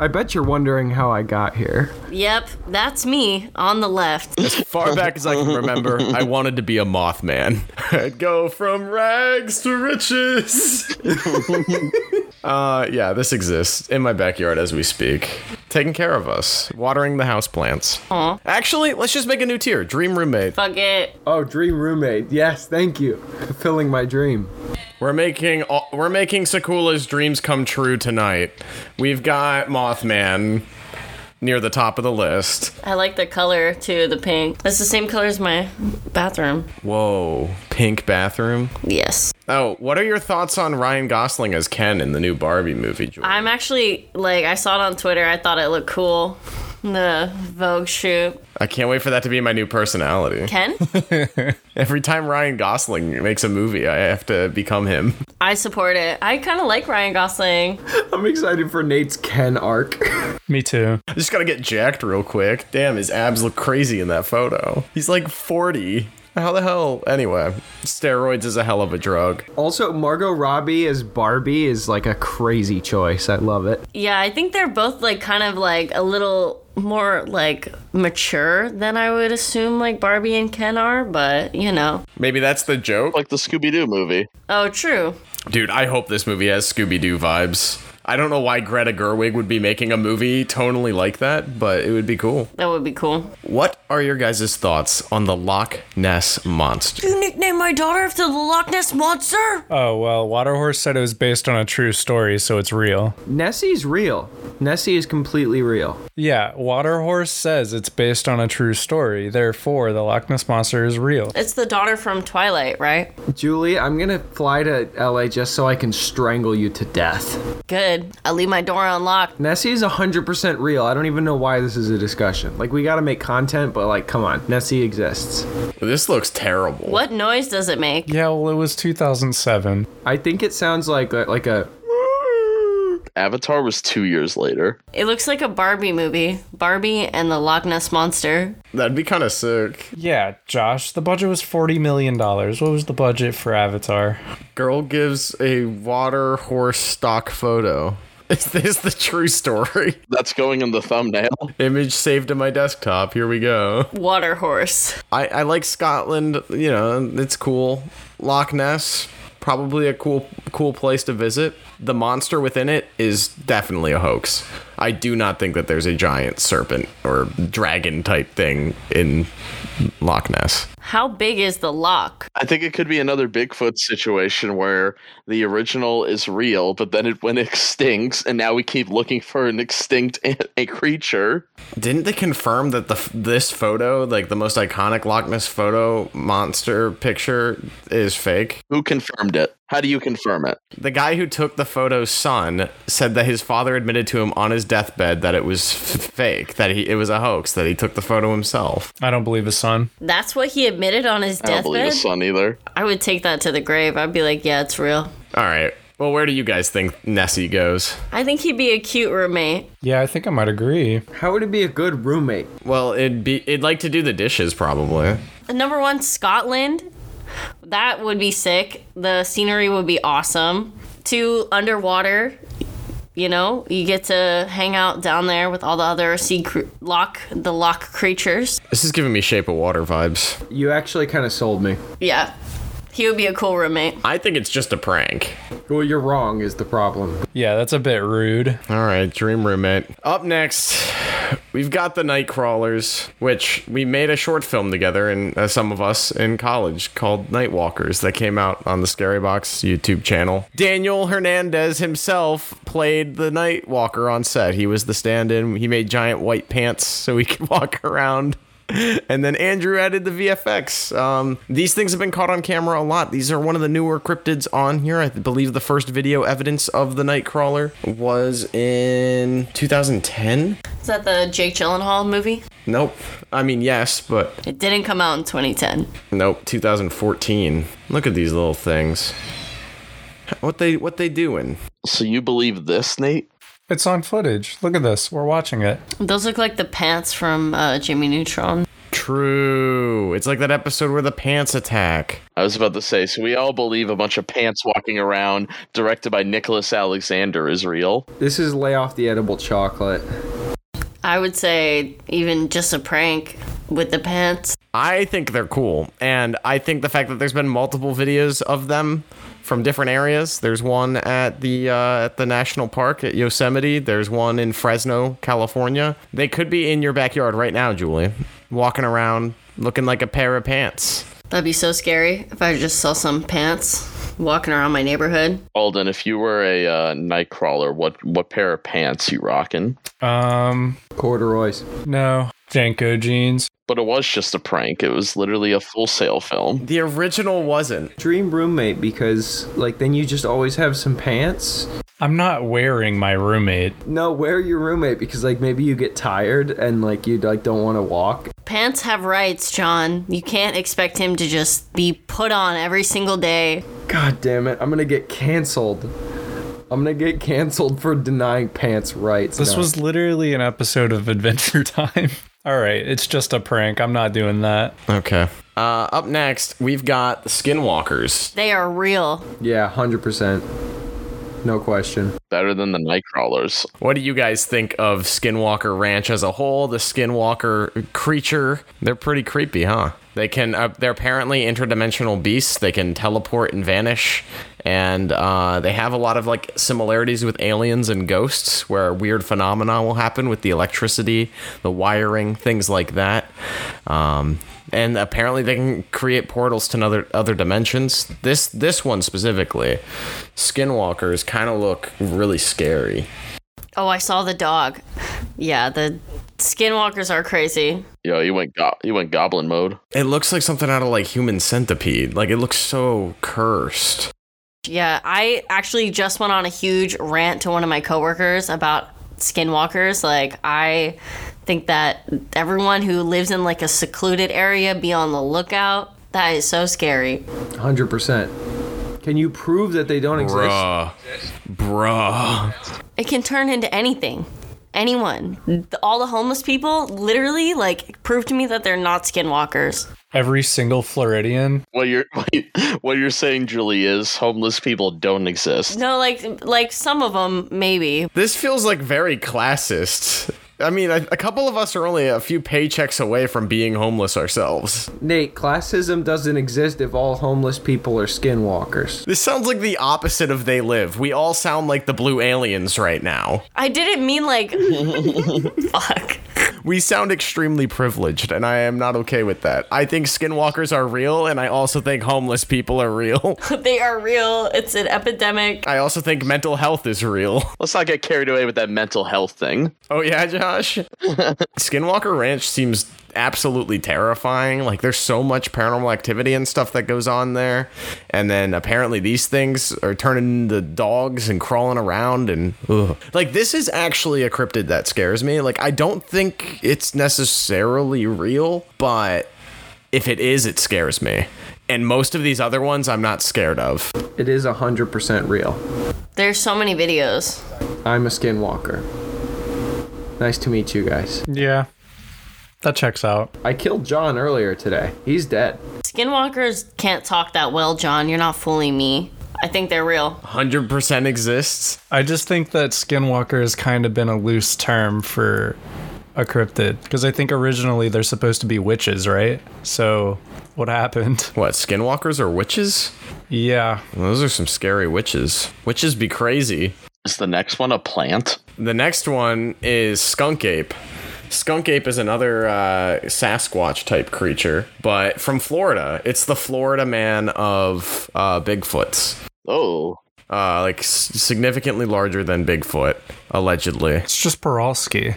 Speaker 4: I bet you're wondering how I got here.
Speaker 3: Yep, that's me on the left.
Speaker 1: far back as I can remember. I wanted to be a Mothman. *laughs* I'd go from rags to riches. *laughs* uh, yeah, this exists in my backyard as we speak. Taking care of us, watering the houseplants.
Speaker 3: Aw.
Speaker 1: Actually, let's just make a new tier. Dream roommate.
Speaker 3: Fuck it.
Speaker 4: Oh, dream roommate. Yes, thank you. Fulfilling my dream.
Speaker 1: We're making all, we're making Sakula's dreams come true tonight. We've got Mothman near the top of the list.
Speaker 3: I like the color too, the pink. That's the same color as my bathroom.
Speaker 1: Whoa, pink bathroom.
Speaker 3: Yes.
Speaker 1: Oh, what are your thoughts on Ryan Gosling as Ken in the new Barbie movie, Jordan?
Speaker 3: I'm actually, like, I saw it on Twitter. I thought it looked cool. The Vogue shoot.
Speaker 1: I can't wait for that to be my new personality.
Speaker 3: Ken?
Speaker 1: Every time Ryan Gosling makes a movie, I have to become him. *laughs*
Speaker 3: I support it. I kind of like Ryan Gosling.
Speaker 4: I'm excited for Nate's Ken arc. *laughs*
Speaker 5: Me too.
Speaker 1: I just gotta get jacked real quick. Damn, his abs look crazy in that photo. He's like 40. How the hell? Anyway, steroids is a hell of a drug.
Speaker 4: also, Margot Robbie as Barbie is like a crazy choice. I love it.
Speaker 3: Yeah, I think they're both like kind of like a little more like mature than I would assume like Barbie and Ken are, but you know.
Speaker 1: Maybe that's the joke.
Speaker 2: Like the Scooby Doo movie.
Speaker 3: Oh, true.
Speaker 1: Dude, I hope this movie has Scooby Doo vibes. I don't know why Greta Gerwig would be making a movie tonally like that, but it would be cool.
Speaker 3: That would be cool.
Speaker 1: What are your guys' thoughts on the Loch Ness monster?
Speaker 3: You nicknamed my daughter after the Loch Ness monster?
Speaker 5: Oh well, Waterhorse said it was based on a true story, so it's real.
Speaker 4: Nessie's real. Nessie is completely real.
Speaker 5: Yeah, Waterhorse says it's based on a true story, therefore the Loch Ness monster is real.
Speaker 3: It's the daughter from Twilight, right?
Speaker 4: Julie, I'm gonna fly to LA just so I can strangle you to death.
Speaker 3: Good. I leave my door unlocked.
Speaker 4: Nessie is 100% real. I don't even know why this is a discussion. Like, we gotta make content, but like, come on. Nessie exists.
Speaker 1: This looks terrible.
Speaker 3: What noise does it make?
Speaker 5: Yeah, well, it was 2007.
Speaker 4: I think it sounds like a, like a.
Speaker 2: Avatar was two years later.
Speaker 3: It looks like a Barbie movie. Barbie and the Loch Ness monster.
Speaker 1: That'd be kind of sick.
Speaker 5: Yeah, Josh, the budget was $40 million. What was the budget for Avatar?
Speaker 1: Girl gives a water horse stock photo. *laughs* Is this the true story? *laughs*
Speaker 2: That's going in the thumbnail.
Speaker 1: Image saved to my desktop. Here we go.
Speaker 3: Water horse.
Speaker 1: I, I like Scotland. You know, it's cool. Loch Ness, probably a cool cool place to visit. The monster within it is definitely a hoax. I do not think that there's a giant serpent or dragon type thing in Loch Ness.
Speaker 3: How big is the lock?
Speaker 2: I think it could be another Bigfoot situation where the original is real, but then it went *laughs* extinct, and now we keep looking for an extinct *laughs* a, a creature.
Speaker 1: Didn't they confirm that the f- this photo, like the most iconic Loch Ness photo monster picture, is fake?
Speaker 2: Who confirmed it? How do you confirm it?
Speaker 1: The guy who took the photo's son said that his father admitted to him on his deathbed that it was f- fake, that he it was a hoax, that he took the photo himself.
Speaker 5: I don't believe his son.
Speaker 3: That's what he admitted on his
Speaker 2: I don't believe
Speaker 3: deathbed.
Speaker 2: it's son either.
Speaker 3: I would take that to the grave. I'd be like, yeah, it's real.
Speaker 1: All right. Well, where do you guys think Nessie goes?
Speaker 3: I think he'd be a cute roommate.
Speaker 5: Yeah, I think I might agree.
Speaker 4: How would it be a good roommate?
Speaker 1: Well, it'd be it'd like to do the dishes probably.
Speaker 3: Number one, Scotland. That would be sick. The scenery would be awesome. Two, underwater. You know, you get to hang out down there with all the other sea cr- lock, the lock creatures.
Speaker 1: This is giving me Shape of Water vibes.
Speaker 4: You actually kind of sold me.
Speaker 3: Yeah, he would be a cool roommate.
Speaker 1: I think it's just a prank.
Speaker 4: Well, you're wrong is the problem.
Speaker 5: Yeah, that's a bit rude.
Speaker 1: All right, dream roommate. Up next, we've got the Nightcrawlers, which we made a short film together, and uh, some of us in college called Nightwalkers that came out on the Scary Box YouTube channel. Daniel Hernandez himself played the Nightwalker on set. He was the stand-in. He made giant white pants so he *laughs* could walk around. And then Andrew added the VFX. Um, these things have been caught on camera a lot. These are one of the newer cryptids on here. I believe the first video evidence of the Nightcrawler was in 2010.
Speaker 3: Is that the Jake Gyllenhaal movie?
Speaker 1: Nope. I mean, yes, but
Speaker 3: It didn't come out in 2010.
Speaker 1: nope. 2014. Look at these little things. What they what they doing?
Speaker 2: So you believe this, Nate?
Speaker 5: It's on footage. Look at this. We're watching it.
Speaker 3: Those look like the pants from uh, Jimmy Neutron.
Speaker 1: True. It's like that episode where the pants attack.
Speaker 2: I was about to say, so we all believe a bunch of pants walking around, directed by Nicholas Alexander, is real.
Speaker 4: This is lay off the edible chocolate.
Speaker 3: I would say even just a prank with the pants.
Speaker 1: I think they're cool. And I think the fact that there's been multiple videos of them from different areas. There's one at the uh, at the national park at Yosemite. There's one in Fresno, California. They could be in your backyard right now, Julie, walking around looking like a pair of pants.
Speaker 3: That'd be so scary if I just saw some pants walking around my neighborhood.
Speaker 2: Alden, if you were a uh, Nightcrawler, what what pair of pants you rocking?
Speaker 5: Um,
Speaker 4: Corduroys.
Speaker 5: no. Janko jeans.
Speaker 2: But it was just a prank. It was literally a full sale film.
Speaker 1: The original wasn't.
Speaker 4: Dream roommate because like then you just always have some pants.
Speaker 5: I'm not wearing my roommate.
Speaker 4: No, wear your roommate because like maybe you get tired and like you like don't want to walk.
Speaker 3: Pants have rights, John. You can't expect him to just be put on every single day.
Speaker 4: God damn it! I'm gonna get canceled. I'm gonna get canceled for denying pants rights.
Speaker 5: This
Speaker 4: now.
Speaker 5: was literally an episode of Adventure *laughs* Time. All right, it's just a prank. I'm not doing that.
Speaker 1: Okay. Uh, up next, we've got Skinwalkers.
Speaker 3: They are real.
Speaker 4: yeah, hundred percent, no question.
Speaker 2: Better than the Nightcrawlers.
Speaker 1: What do you guys think of Skinwalker Ranch as a whole? The Skinwalker creature, they're pretty creepy, huh? They can, uh, they're apparently interdimensional beasts. They can teleport and vanish, and uh, they have a lot of like similarities with aliens and ghosts, where weird phenomena will happen with the electricity, the wiring, things like that. Um, and apparently, they can create portals to other other dimensions. This this one specifically, Skinwalkers kind of look really scary.
Speaker 3: Oh, I saw the dog. Yeah, the skinwalkers are crazy.
Speaker 2: Yo, you went go- you went goblin mode.
Speaker 1: It looks like something out of like Human Centipede. Like it looks so cursed.
Speaker 3: Yeah, I actually just went on a huge rant to one of my coworkers about skinwalkers. Like, I think that everyone who lives in like a secluded area be on the lookout. That is so scary.
Speaker 4: Hundred percent. Can you prove that they don't exist?
Speaker 1: Bruh. Bruh.
Speaker 3: It can turn into anything. Anyone. Th- All the homeless people literally like prove to me that they're not skinwalkers.
Speaker 5: Every single Floridian.
Speaker 2: What you're *laughs* what you're saying, Julie, is homeless people don't exist.
Speaker 3: No, like like some of them maybe.
Speaker 1: This feels like very classist. I mean, a, a couple of us are only a few paychecks away from being homeless ourselves.
Speaker 4: Nate, classism doesn't exist if all homeless people are skinwalkers.
Speaker 1: This sounds like the opposite of They Live. We all sound like the blue aliens right now.
Speaker 3: I didn't mean like fuck. *laughs*
Speaker 1: we sound extremely privileged, and I am not okay with that. I think skinwalkers are real, and I also think homeless people are real. *laughs*
Speaker 3: they are real. It's an epidemic.
Speaker 1: I also think mental health is real.
Speaker 2: Let's not get carried away with that mental health thing.
Speaker 1: Oh yeah, Josh. Skinwalker Ranch seems absolutely terrifying. Like there's so much paranormal activity and stuff that goes on there. And then apparently these things are turning into dogs and crawling around and ugh. like this is actually a cryptid that scares me. Like I don't think it's necessarily real, but if it is, it scares me. And most of these other ones I'm not scared of.
Speaker 4: It is 100% real.
Speaker 3: There's so many videos.
Speaker 4: I'm a skinwalker. Nice to meet you guys.
Speaker 5: Yeah. That checks out.
Speaker 4: I killed John earlier today. He's dead.
Speaker 3: Skinwalkers can't talk that well, John. You're not fooling me. I think they're real.
Speaker 1: 100% exists.
Speaker 5: I just think that skinwalker has kind of been a loose term for a cryptid because I think originally they're supposed to be witches, right? So what happened? *laughs*
Speaker 1: What, skinwalkers or witches?
Speaker 5: Yeah.
Speaker 1: Those are some scary witches. Witches be crazy.
Speaker 2: Is the next one a plant?
Speaker 1: The next one is skunk ape. Skunk ape is another uh, Sasquatch type creature, but from Florida. It's the Florida man of uh, Bigfoots.
Speaker 2: Oh,
Speaker 1: Uh, like s- significantly larger than Bigfoot, allegedly.
Speaker 5: It's just Porolsky.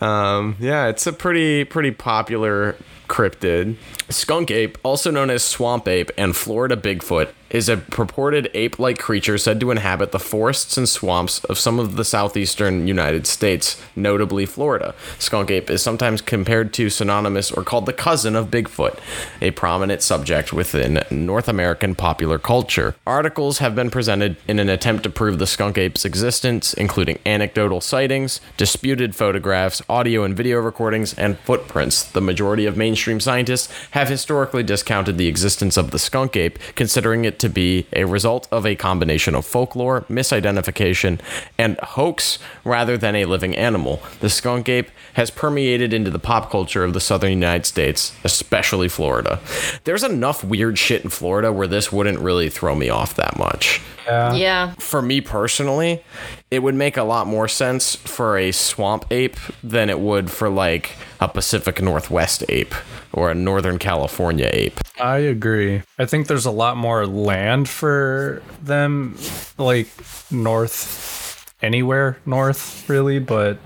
Speaker 1: Um, yeah, it's a pretty pretty popular cryptid. Skunk ape, also known as swamp ape and Florida bigfoot, is a purported ape-like creature said to inhabit the forests and swamps of some of the southeastern United States, notably Florida. Skunk ape is sometimes compared to synonymous or called the cousin of Bigfoot, a prominent subject within North American popular culture. Articles have been presented in an attempt to prove the skunk ape's existence, including anecdotal sightings, disputed photographs, audio and video recordings, and footprints. The majority of mainstream scientists have historically discounted the existence of the skunk ape, considering it to be a result of a combination of folklore, misidentification, and hoax rather than a living animal. The skunk ape has permeated into the pop culture of the southern United States, especially Florida. There's enough weird shit in Florida where this wouldn't really throw me off that much
Speaker 3: yeah.
Speaker 1: for me personally, it would make a lot more sense for a swamp ape than it would for like a Pacific Northwest ape or a Northern California ape.
Speaker 5: I agree. I think there's a lot more land for them, like north, anywhere north, really. But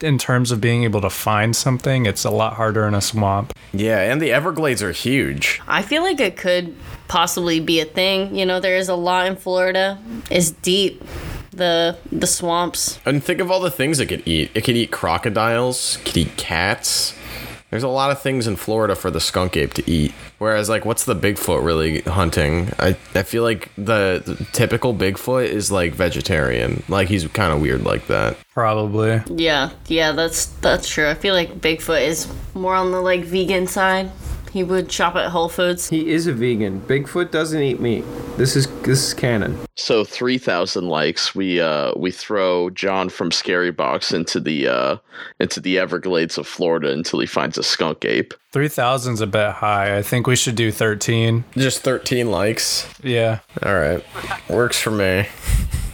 Speaker 5: in terms of being able to find something, it's a lot harder in a swamp.
Speaker 1: Yeah, and the Everglades are huge.
Speaker 3: I feel like it could possibly be a thing. You know, there is a lot in Florida. It's deep. The the swamps.
Speaker 1: And think of all the things it could eat. It could eat crocodiles, it could eat cats. There's a lot of things in Florida for the skunk ape to eat. Whereas, like, what's the Bigfoot really hunting? I, I feel like the, the typical Bigfoot is like vegetarian. Like, he's kind of weird like that.
Speaker 5: Probably.
Speaker 3: Yeah, yeah, that's that's true. I feel like Bigfoot is more on the like vegan side. He would shop at Whole Foods.
Speaker 4: He is a vegan. Bigfoot doesn't eat meat. This is this is canon.
Speaker 2: so three thousand likes. We uh we throw John from Scary Box into the uh into the Everglades of Florida until he finds a skunk ape.
Speaker 5: 3,000's a bit high. I think we should do 13.
Speaker 1: Just 13 likes.
Speaker 5: Yeah.
Speaker 1: All right. Works for me.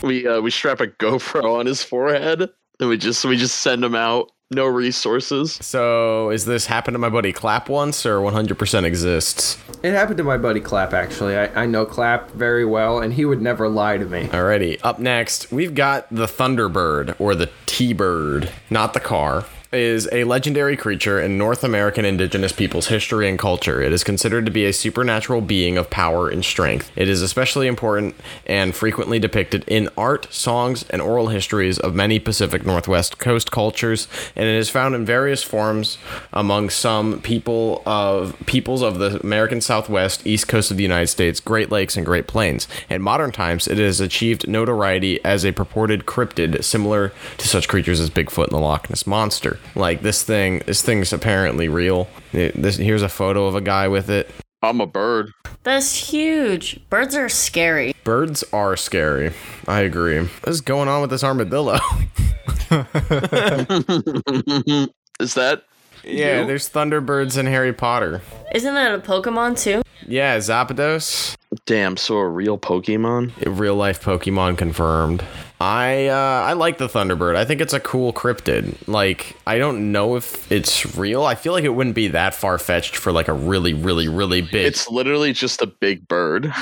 Speaker 2: We uh we strap a GoPro on his forehead and we just we just send him out. No resources.
Speaker 1: So, is this happened to my buddy Clap once or 100% exists?
Speaker 4: It happened to my buddy Clap actually. I, I know Clap very well, and he would never lie to me.
Speaker 1: Alrighty. Up next, we've got the Thunderbird or the T Bird, not the car. Is a legendary creature in North American indigenous peoples' history and culture. It is considered to be a supernatural being of power and strength. It is especially important and frequently depicted in art, songs, and oral histories of many Pacific Northwest coast cultures, and it is found in various forms among some people of peoples of the American Southwest, East Coast of the United States, Great Lakes, and Great Plains. In modern times, it has achieved notoriety as a purported cryptid similar to such creatures as Bigfoot and the Loch Ness monster. Like this thing, this thing's apparently real. It- this, here's a photo of a guy with it.
Speaker 2: I'm a bird. *laughs*
Speaker 3: That's huge. Birds are scary.
Speaker 1: Birds are scary. I agree. What is going on with this armadillo? *laughs*
Speaker 2: Is that
Speaker 1: yeah, there's thunderbirds in Harry Potter.
Speaker 3: Isn't that a Pokemon too?
Speaker 1: Yeah, Zapdos.
Speaker 2: Damn, so a real Pokemon?
Speaker 1: Real life Pokemon confirmed. I uh, I like the Thunderbird. I think it's a cool cryptid. Like I don't know if it's real. I feel like it wouldn't be that far fetched for like a really really really big.
Speaker 2: It's literally just a big bird. *laughs*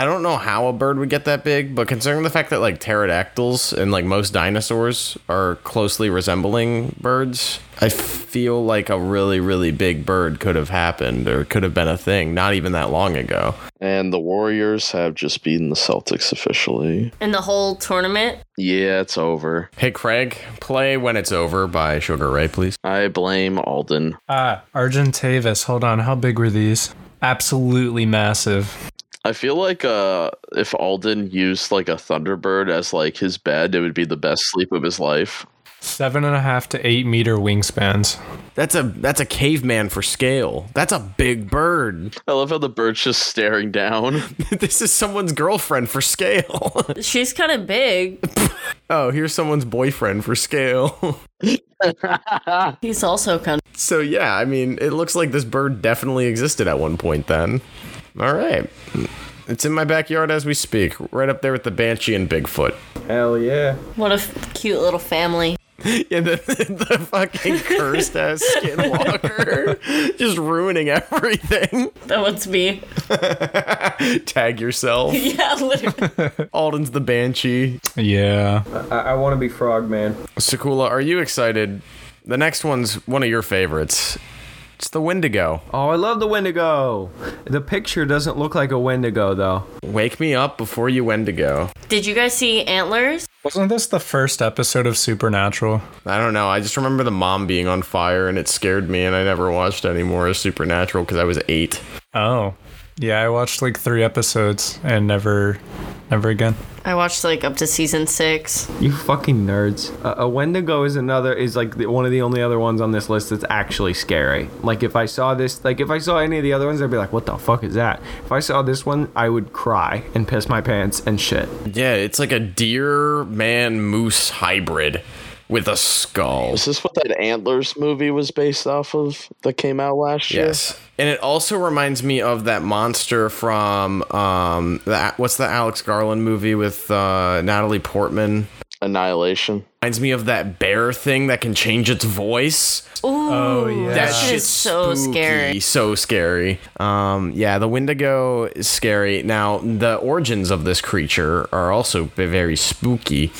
Speaker 1: I don't know how a bird would get that big, but considering the fact that like pterodactyls and like most dinosaurs are closely resembling birds, I feel like a really really big bird could have happened or could have been a thing not even that long ago.
Speaker 2: and the Warriors have just beaten the Celtics officially.
Speaker 3: In the whole tournament,
Speaker 2: Yeah, it's over.
Speaker 1: Hey Craig, play When It's Over by Sugar Ray, please.
Speaker 2: I blame Alden.
Speaker 5: Ah, Argentavis. Hold on. How big were these? Absolutely massive.
Speaker 2: I feel like uh, if Alden used like a Thunderbird as like his bed, it would be the best sleep of his life.
Speaker 5: Seven and a half to eight meter wingspans.
Speaker 1: That's a that's a caveman for scale. That's a big bird. *laughs*
Speaker 2: I love how the bird's just staring down.
Speaker 1: this is someone's girlfriend for scale. *laughs*
Speaker 3: she's kind of big.
Speaker 1: oh, here's someone's boyfriend for scale. *laughs*
Speaker 3: He's also kind of.
Speaker 1: so yeah, I mean, it looks like this bird definitely existed at one point then. All right. It's in my backyard as we speak, right up there with the banshee and Bigfoot. *laughs*
Speaker 4: Hell yeah.
Speaker 3: What a f- cute little family.
Speaker 1: Yeah, the, the *laughs* fucking cursed ass skinwalker *laughs* just ruining everything. *laughs*
Speaker 3: That one's me.
Speaker 1: Tag yourself.
Speaker 3: *laughs* Yeah, literally.
Speaker 1: Alden's the banshee.
Speaker 5: Yeah.
Speaker 4: I, I want to be Frogman.
Speaker 1: Sakula, are you excited? The next one's one of your favorites. It's the Wendigo.
Speaker 4: Oh, I love the Wendigo. The picture doesn't look like a Wendigo, though.
Speaker 1: Wake me up before you Wendigo.
Speaker 3: Did you guys see antlers?
Speaker 5: Wasn't this the first episode of Supernatural?
Speaker 1: I don't know. I just remember the mom being on fire and it scared me, and I never watched any more of Supernatural because I was eight.
Speaker 5: Oh. Yeah, I watched like three episodes and never, never again.
Speaker 3: I watched like up to season six.
Speaker 4: You fucking nerds. A, a Wendigo is another is like the, one of the only other ones on this list that's actually scary. Like if I saw this, like if I saw any of the other ones, I'd be like, "What the fuck is that?" If I saw this one, I would cry and piss my pants and shit.
Speaker 1: Yeah, it's like a deer man moose hybrid with a skull.
Speaker 2: Is this what that Antlers movie was based off of that came out last year?
Speaker 1: Yes. And it also reminds me of that monster from um the, what's the Alex Garland movie with uh, Natalie Portman?
Speaker 2: Annihilation.
Speaker 1: Reminds me of that bear thing that can change its voice.
Speaker 3: Ooh,
Speaker 1: That
Speaker 5: yeah.
Speaker 3: that
Speaker 1: shit's
Speaker 3: shit's so
Speaker 1: spooky,
Speaker 3: scary.
Speaker 1: So scary. Um, yeah, the Wendigo is scary. Now, the origins of this creature are also b- very spooky.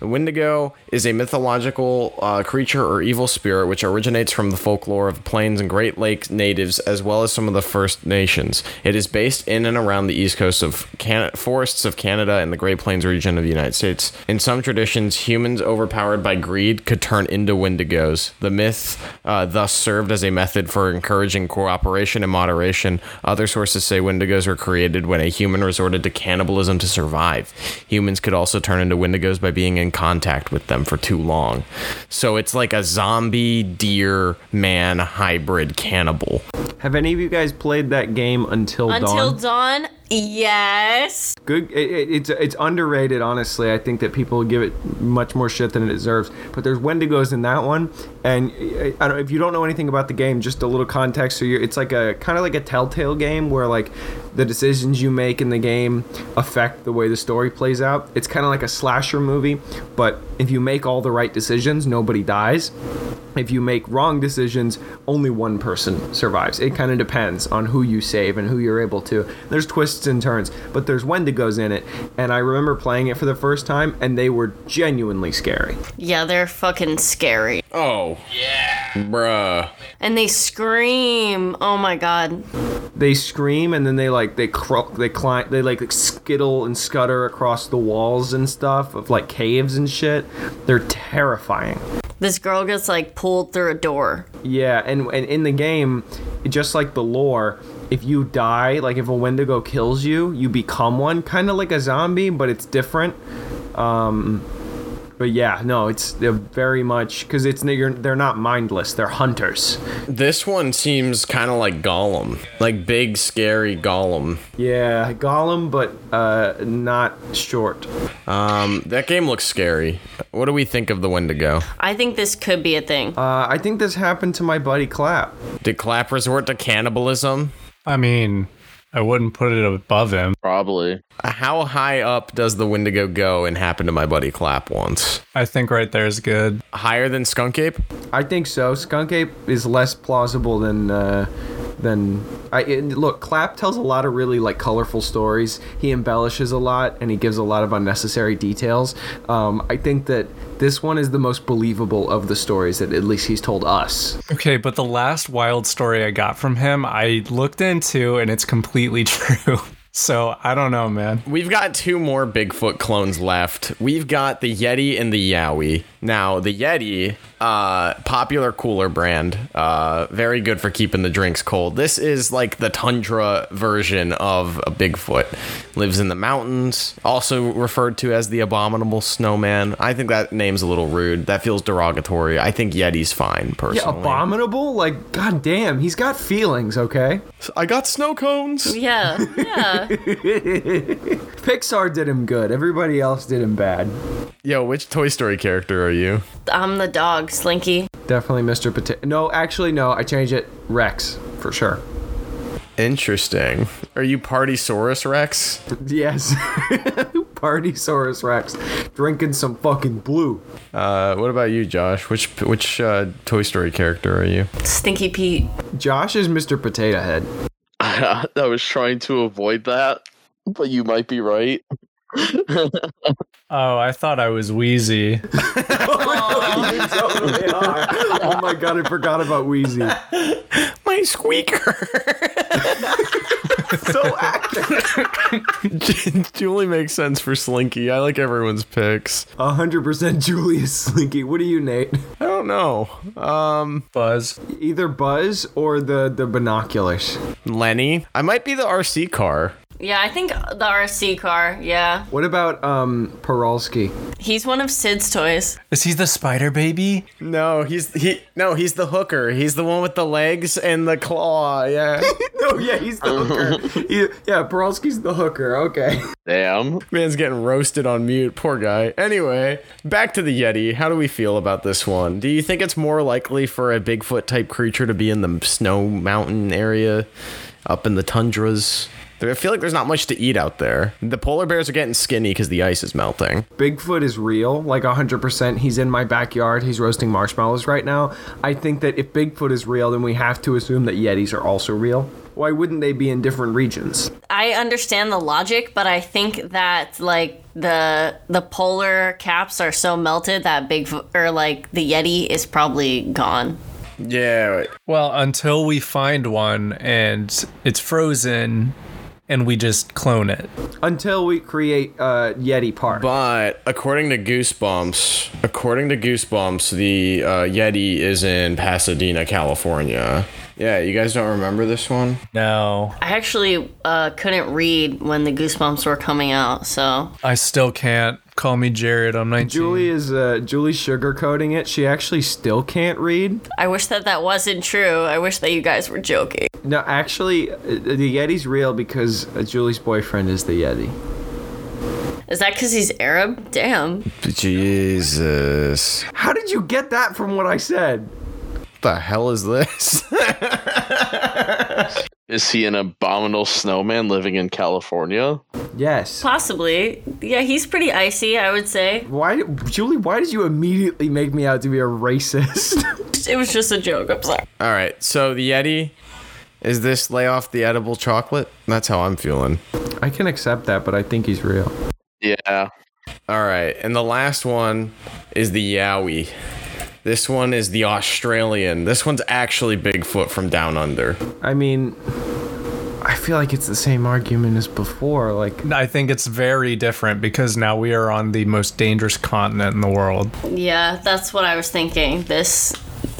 Speaker 1: The Wendigo is a mythological uh, creature or evil spirit which originates from the folklore of plains and Great Lakes natives, as well as some of the First Nations. It is based in and around the east coast of Can- forests of Canada and the Great Plains region of the United States. In some traditions, humans overpowered by greed could turn into Wendigos. The myth uh, thus served as a method for encouraging cooperation and moderation. Other sources say Wendigos were created when a human resorted to cannibalism to survive. Humans could also turn into Wendigos by being in contact with them for too long. So it's like a zombie deer man hybrid cannibal.
Speaker 4: Have any of you guys played that game Until,
Speaker 3: Until
Speaker 4: Dawn?
Speaker 3: dawn. Yes.
Speaker 4: Good. It, it, it's it's underrated, honestly. I think that people give it much more shit than it deserves. But there's Wendigos in that one, and I I don't, if you don't know anything about the game, just a little context. So you it's like a kind of like a Telltale game where like the decisions you make in the game affect the way the story plays out. It's kind of like a slasher movie, but if you make all the right decisions, nobody dies. If you make wrong decisions, only one person survives. It kind of depends on who you save and who you're able to. There's twists and turns, but there's Wendigos in it. And I remember playing it for the first time, and they were genuinely scary.
Speaker 3: Yeah, they're fucking scary.
Speaker 1: Oh. Yeah. Bruh.
Speaker 3: And they scream. Oh my god.
Speaker 4: They scream, and then they like they crawl, they climb, they like skittle and scutter across the walls and stuff of like caves and shit. They're terrifying.
Speaker 3: This girl gets like pulled through a door.
Speaker 4: Yeah, and and in the game, just like the lore, if you die, like if a Wendigo kills you, you become one, kind of like a zombie, but it's different. Um, but yeah, no, it's they're very much because it's they're, they're not mindless; they're hunters.
Speaker 1: This one seems kind of like Gollum, like big, scary Gollum.
Speaker 4: Yeah, Gollum, but uh, not short.
Speaker 1: Um, that game looks scary. What do we think of the Wendigo?
Speaker 3: I think this could be a thing.
Speaker 4: Uh, I think this happened to my buddy Clap.
Speaker 1: Did Clap resort to cannibalism?
Speaker 5: I mean, I wouldn't put it above him.
Speaker 2: Probably. *laughs*
Speaker 1: How high up does the Wendigo go and happen to my buddy Clap once?
Speaker 5: I think right there is good.
Speaker 1: Higher than Skunk Ape?
Speaker 4: I think so. Skunk Ape is less plausible than uh, than I and look. Clap tells a lot of really like colorful stories. He embellishes a lot and he gives a lot of unnecessary details. Um, I think that this one is the most believable of the stories that at least he's told us.
Speaker 5: Okay, but the last wild story I got from him, I looked into and it's completely *laughs* true. So I don't know, man.
Speaker 1: We've got two more Bigfoot clones left. We've got the Yeti and the Yowie. Now, the Yeti, uh, popular cooler brand, uh, very good for keeping the drinks cold. This is like the tundra version of a Bigfoot. Lives in the mountains, also referred to as the abominable snowman. I think that name's a little rude. That feels derogatory. I think Yeti's fine, personally.
Speaker 4: Yeah, abominable. Like, goddamn, he's got feelings. Okay,
Speaker 1: I got snow cones.
Speaker 3: Yeah, yeah.
Speaker 4: Pixar did him good. Everybody else did him bad.
Speaker 1: Yo, which Toy Story character are you?
Speaker 3: I'm the dog, Slinky.
Speaker 4: Definitely Mr. Potato. No, actually, no. I change it. Rex for sure.
Speaker 1: Interesting. Are you Partysaurus Rex?
Speaker 4: Yes. *laughs* Party Saurus Rex drinking some fucking blue.
Speaker 1: Uh, what about you, Josh? Which which uh, Toy Story character are you?
Speaker 3: Stinky Pete.
Speaker 4: Josh is Mr. Potato Head.
Speaker 2: I was trying to avoid that, but you might be right.
Speaker 5: Oh, I thought I was wheezy.
Speaker 4: *laughs* They are. Oh my god, I forgot about Wheezy.
Speaker 1: My squeaker. *laughs*
Speaker 4: *laughs* So accurate.
Speaker 1: Julie makes sense for Slinky. I like everyone's picks.
Speaker 4: 100% Julius Slinky. What are you, Nate?
Speaker 1: I don't know. Um,
Speaker 5: Buzz.
Speaker 4: Either Buzz or the the binoculars.
Speaker 1: Lenny. I might be the RC car.
Speaker 3: Yeah, I think the RC car. Yeah,
Speaker 4: What about um Peralski?
Speaker 3: he's one of Sid's toys.
Speaker 5: Is he the spider baby?
Speaker 1: No, he's he. No, he's the hooker. He's the one with the legs and the claw. Yeah.
Speaker 4: Oh yeah, he's the hooker. He- *laughs* yeah, Peralski's the hooker. Okay.
Speaker 2: Damn.
Speaker 1: Man's getting roasted on mute. Poor guy. Anyway, back to the Yeti. How do we feel about this one? Do you think it's more likely for a Bigfoot type creature to be in the snow mountain area, up in the tundras? There- I feel like there's not much to eat out there. The polar bears are getting skinny because the ice is melting.
Speaker 4: Bigfoot is real, like 100%. He's in my backyard. He's roasting marshmallows right now. I think that if Bigfoot is real, then we have to assume that Yetis are also real. Why wouldn't they be in different regions?
Speaker 3: I understand the logic, but I think that like the the polar caps are so melted that big or like the Yeti is probably gone.
Speaker 1: Yeah.
Speaker 5: Well, until we find one and it's frozen and we just clone it.
Speaker 4: Until we create uh, Yeti Park.
Speaker 1: But according to Goosebumps, according to Goosebumps, the uh, Yeti is in Pasadena, California. Yeah, you guys don't remember this one?
Speaker 5: No.
Speaker 3: I actually uh, couldn't read when the goosebumps were coming out, so
Speaker 5: I still can't. Call me Jared. I'm 19.
Speaker 4: Julie is uh, Julie sugarcoating it. She actually still can't read.
Speaker 3: I wish that that wasn't true. I wish that you guys were joking.
Speaker 4: No, actually, uh, the Yeti's real because uh, Julie's boyfriend is the Yeti.
Speaker 3: Is that because he's Arab? Damn.
Speaker 1: Jesus.
Speaker 4: How did you get that from what I said?
Speaker 1: What the hell is this? *laughs*
Speaker 2: Is he an abominable snowman living in California?
Speaker 4: Yes.
Speaker 3: Possibly. Yeah, he's pretty icy, I would say.
Speaker 4: Why, Julie? Why did you immediately make me out to be a racist? *laughs*
Speaker 3: It was just a joke. I'm sorry.
Speaker 1: All right, so the Yeti is this lay off the edible chocolate? That's how I'm feeling.
Speaker 4: I can accept that, but I think he's real.
Speaker 2: Yeah.
Speaker 1: All right, and the last one is the Yowie. This one is the Australian. This one's actually Bigfoot from down under.
Speaker 4: I mean, I feel like it's the same argument as before. Like,
Speaker 5: I think it's very different because now we are on the most dangerous continent in the world.
Speaker 3: Yeah, that's what I was thinking. This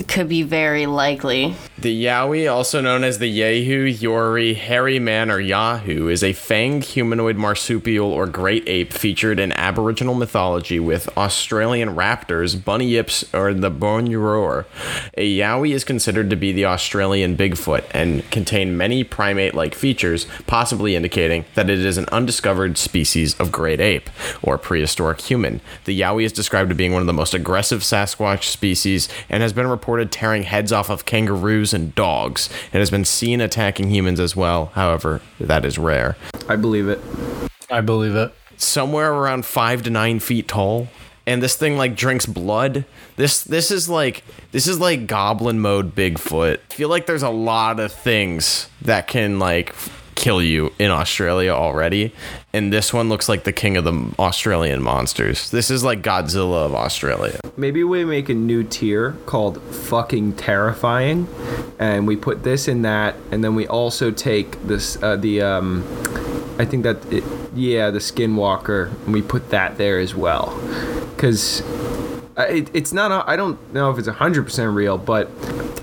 Speaker 3: could be very likely.
Speaker 1: The Yowie, also known as the Yehu, Yori, Hairy Man, or Yahoo, is a fanged humanoid marsupial or great ape featured in Aboriginal mythology with Australian raptors, bunny yips, or the Bonyoror. A Yowie is considered to be the Australian Bigfoot and contain many primate like features, possibly indicating that it is an undiscovered species of great ape or prehistoric human. The Yowie is described to being one of the most aggressive Sasquatch species and has been reported tearing heads off of kangaroos raccoons and dogs and has been seen attacking humans as well. However, that is rare.
Speaker 4: I believe it.
Speaker 5: I believe it.
Speaker 1: Somewhere around five to nine feet tall. And this thing like drinks blood. This this is like this is like goblin mode Bigfoot. I feel like there's a lot of things that can like kill you in Australia already. And this one looks like the king of the Australian monsters. This is like Godzilla of Australia.
Speaker 4: Maybe we make a new tier called fucking terrifying, and we put this in that, and then we also take this uh, the um, I think that it, yeah the skinwalker, and we put that there as well, because. It, it's not. a- I don't know if it's hundred percent real, but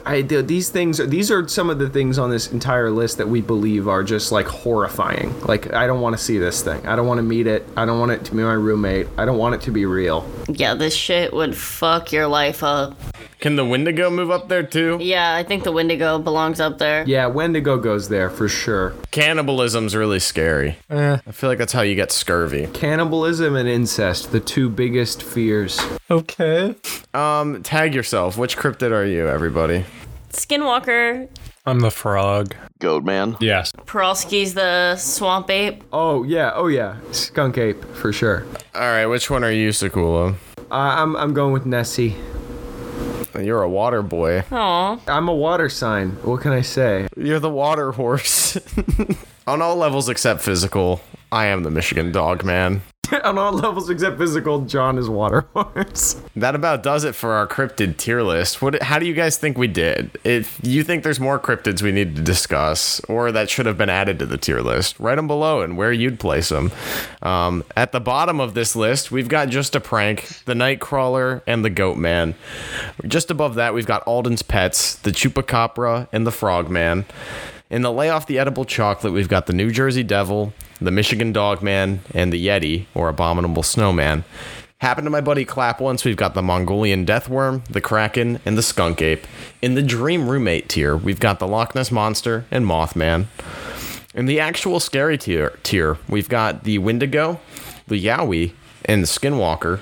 Speaker 4: I th- these things. are These are some of the things on this entire list that we believe are just like horrifying. Like I don't want to see this thing. I don't want to meet it. I don't want it to be my roommate. I don't want it to be real.
Speaker 3: Yeah, this shit would fuck your life up.
Speaker 1: Can the Wendigo move up there too?
Speaker 3: Yeah, I think the Wendigo belongs up there.
Speaker 4: Yeah, Wendigo goes there for sure.
Speaker 1: Cannibalism's really scary. I feel like that's how you get scurvy.
Speaker 4: Cannibalism and incest, the two biggest fears.
Speaker 5: Okay.
Speaker 1: Um, tag yourself. Which cryptid are you, everybody?
Speaker 3: Skinwalker,
Speaker 5: I'm the frog.
Speaker 2: Goat man.
Speaker 5: Yes.
Speaker 3: Peralski's the swamp ape.
Speaker 4: Oh yeah, oh yeah, skunk ape for sure.
Speaker 1: All right, which one are you, Sakula?
Speaker 4: I I'm I'm going with Nessie.
Speaker 1: You're a water boy.
Speaker 3: Aw.
Speaker 4: I'm a water sign. What can I say? *laughs*
Speaker 1: You're the water horse. *laughs* On all levels except physical, I am the Michigan dog man.
Speaker 4: On all levels except physical, John is water horse. *laughs*
Speaker 1: That about does it for our cryptid tier list. What? How do you guys think we did? If you think there's more cryptids we need to discuss, or that should have been added to the tier list, write them below and where you'd place them. Um, at the bottom of this list, we've got just a prank, the Nightcrawler, and the Goat Man. Just above that, we've got Alden's pets, the Chupacabra, and the Frogman. In the lay off the edible chocolate, we've got the New Jersey Devil, the Michigan Dogman, and the Yeti, or Abominable Snowman. Happened to my buddy Clap once. We've got the Mongolian Deathworm, the Kraken, and the Skunk Ape. In the Dream Roommate tier, we've got the Loch Ness Monster and Mothman. In the actual scary tier, tier we've got the Wendigo, the Yowie, and the Skinwalker.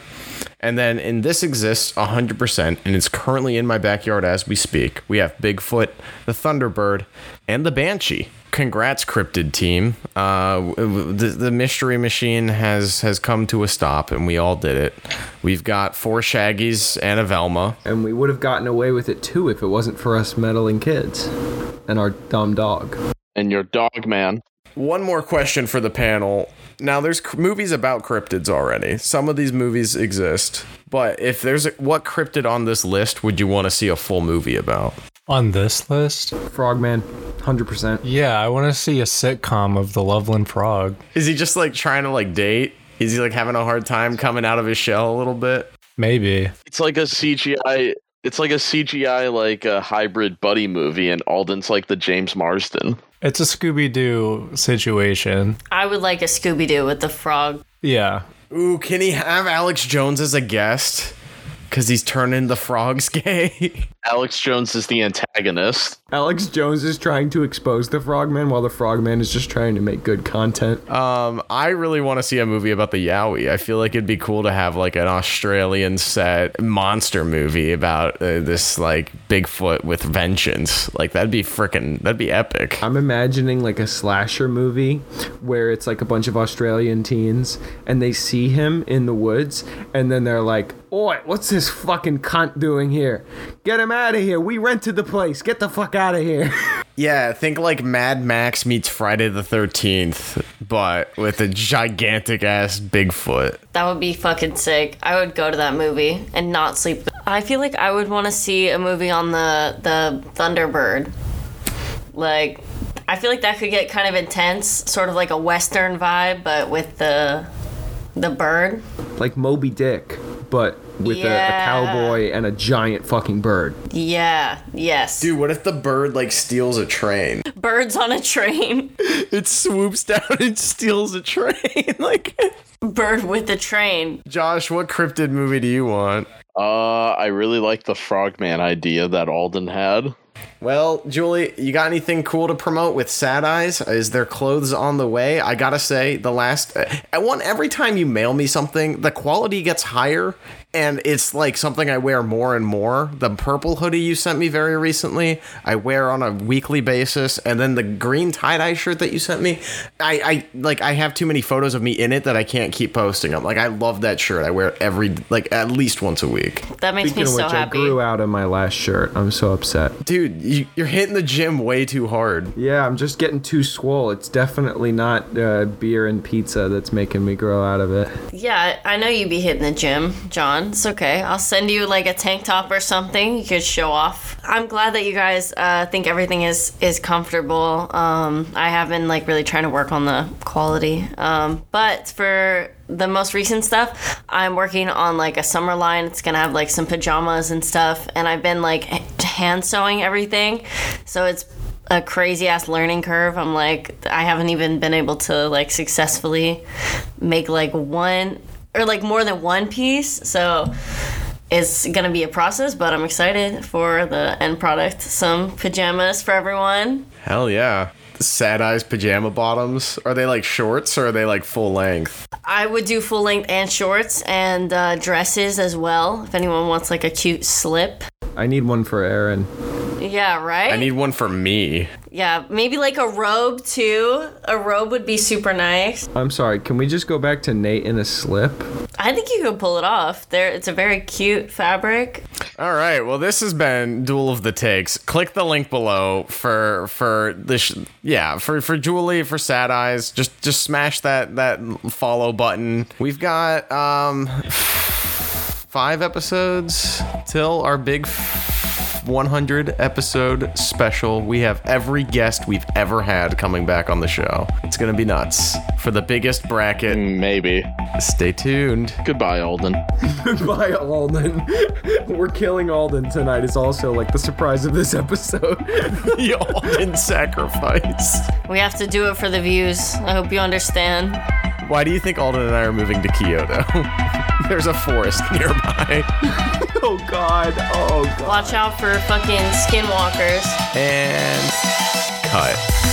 Speaker 1: And then, and this exists 100%, and it's currently in my backyard as we speak. We have Bigfoot, the Thunderbird, and the Banshee. Congrats, cryptid team. Uh, w- w- the, the mystery machine has has come to a stop, and we all did it. We've got four Shaggies and a Velma.
Speaker 4: And we would have gotten away with it too if it wasn't for us meddling kids and our dumb dog.
Speaker 2: And your dog man.
Speaker 1: One more question for the panel. Now, there's cr- movies about cryptids already. Some of these movies exist, but if there's a, what cryptid on this list would you want to see a full movie about?
Speaker 5: On this list,
Speaker 4: Frogman, hundred percent.
Speaker 5: yeah, I want to see a sitcom of the Loveland Frog.
Speaker 1: Is he just like trying to like date? Is he like having a hard time coming out of his shell a little bit?
Speaker 5: Maybe.
Speaker 2: It's like a CGI. It's like a CGI like a hybrid buddy movie, and Alden's like the James Marsden.
Speaker 5: It's a Scooby Doo situation.
Speaker 3: I would like a Scooby Doo with the frog.
Speaker 5: Yeah.
Speaker 1: Ooh, can he have Alex Jones as a guest? Cause he's turning the frogs *laughs* gay.
Speaker 2: Alex Jones is the antagonist.
Speaker 4: Alex Jones is trying to expose the frogman while the frogman is just trying to make good content.
Speaker 1: um, I really want to see a movie about the Yowie. I feel like it'd be cool to have like an Australian set monster movie about uh, this like Bigfoot with vengeance. Like that'd be freaking that'd be epic.
Speaker 4: I'm imagining like a slasher movie where it's like a bunch of Australian teens and they see him in the woods and then they're like, Oi, what's this fucking cunt doing here? Get him out of here. We rented the place. Get the fuck out of here. *laughs*
Speaker 1: Yeah, think like Mad Max meets Friday the 13th, but with a gigantic ass Bigfoot.
Speaker 3: That would be fucking sick. I would go to that movie and not sleep. I feel like I would want to see a movie on the the Thunderbird. Like, I feel like that could get kind of intense, sort of like a western vibe, but with the the bird.
Speaker 4: like Moby Dick, but with
Speaker 3: Yeah.
Speaker 4: a, a cowboy and a giant fucking bird.
Speaker 3: Yeah. Yes.
Speaker 1: Dude, what if the bird like steals a train?
Speaker 3: Birds on a train.
Speaker 1: *laughs*
Speaker 3: *laughs*
Speaker 1: It swoops down and steals a train. *laughs* like,
Speaker 3: Bird with a train.
Speaker 1: Josh, what cryptid movie do you want?
Speaker 2: Uh, I really like the Frogman idea that Alden had.
Speaker 1: Well, Julie, you got anything cool to promote with Sad Eyes? Is there clothes on the way? I gotta say, the last I want every time you mail me something, the quality gets higher, and it's like something I wear more and more. The purple hoodie you sent me very recently, I wear on a weekly basis, and then the green tie dye shirt that you sent me, I, I like I have too many photos of me in it that I can't keep posting them. Like I love that shirt. I wear it every like at least once a week.
Speaker 3: That makes me
Speaker 4: Speaking of
Speaker 3: so
Speaker 4: which, I
Speaker 3: happy.
Speaker 4: grew out of my last shirt. I'm so upset.
Speaker 1: Dude, you, you're hitting the gym way too hard.
Speaker 4: Yeah, I'm just getting too swole. It's definitely not uh, beer and pizza that's making me grow out of it.
Speaker 3: Yeah, I I know you be hitting the gym, John. It's okay. I'll send you like a tank top or something. You could show off. I'm glad that you guys uh, think everything is is comfortable. Um, I have been like really trying to work on the quality. Um, but for the most recent stuff, I'm working on like a summer line. It's gonna have like some pajamas and stuff. And I've been like h- hand sewing everything, so it's a crazy ass learning curve. I'm like, I haven't even been able to like successfully make like one or like more than one piece. So it's gonna be a process, but I'm excited for the end product. Some pajamas for everyone.
Speaker 1: Hell yeah. Sad eyes pajama bottoms. Are they like shorts or are they like full length?
Speaker 3: I would do full length and shorts and uh, dresses as well. If anyone wants like a cute slip,
Speaker 4: I need one for Aaron.
Speaker 3: yeah, right.
Speaker 1: I need one for me.
Speaker 3: yeah, maybe like a robe too. A robe would be super nice.
Speaker 4: I'm sorry. Can we just go back to Nate in a slip? *laughs*
Speaker 3: I think you could pull it off. There, it's a very cute fabric.
Speaker 1: All right. Well, this has been Duel of the Takes. Click the link below for for this. Yeah, for for Julie for Sad Eyes. Just just smash that that follow button. We've got um five episodes till our big 100 episode special. We have every guest we've ever had coming back on the show. It's gonna be nuts for the biggest bracket.
Speaker 2: Maybe.
Speaker 1: Stay tuned.
Speaker 2: Goodbye, Alden.
Speaker 4: Goodbye, Alden. *laughs* We're killing Alden tonight. Is also like the surprise of this episode. *laughs*
Speaker 1: the Alden sacrifice.
Speaker 3: We have to do it for the views. I hope you understand.
Speaker 1: Why do you think Alden and I are moving to Kyoto? *laughs* There's a forest *laughs* nearby.
Speaker 4: oh God. Oh God.
Speaker 3: Watch out for fucking skinwalkers.
Speaker 1: And cut.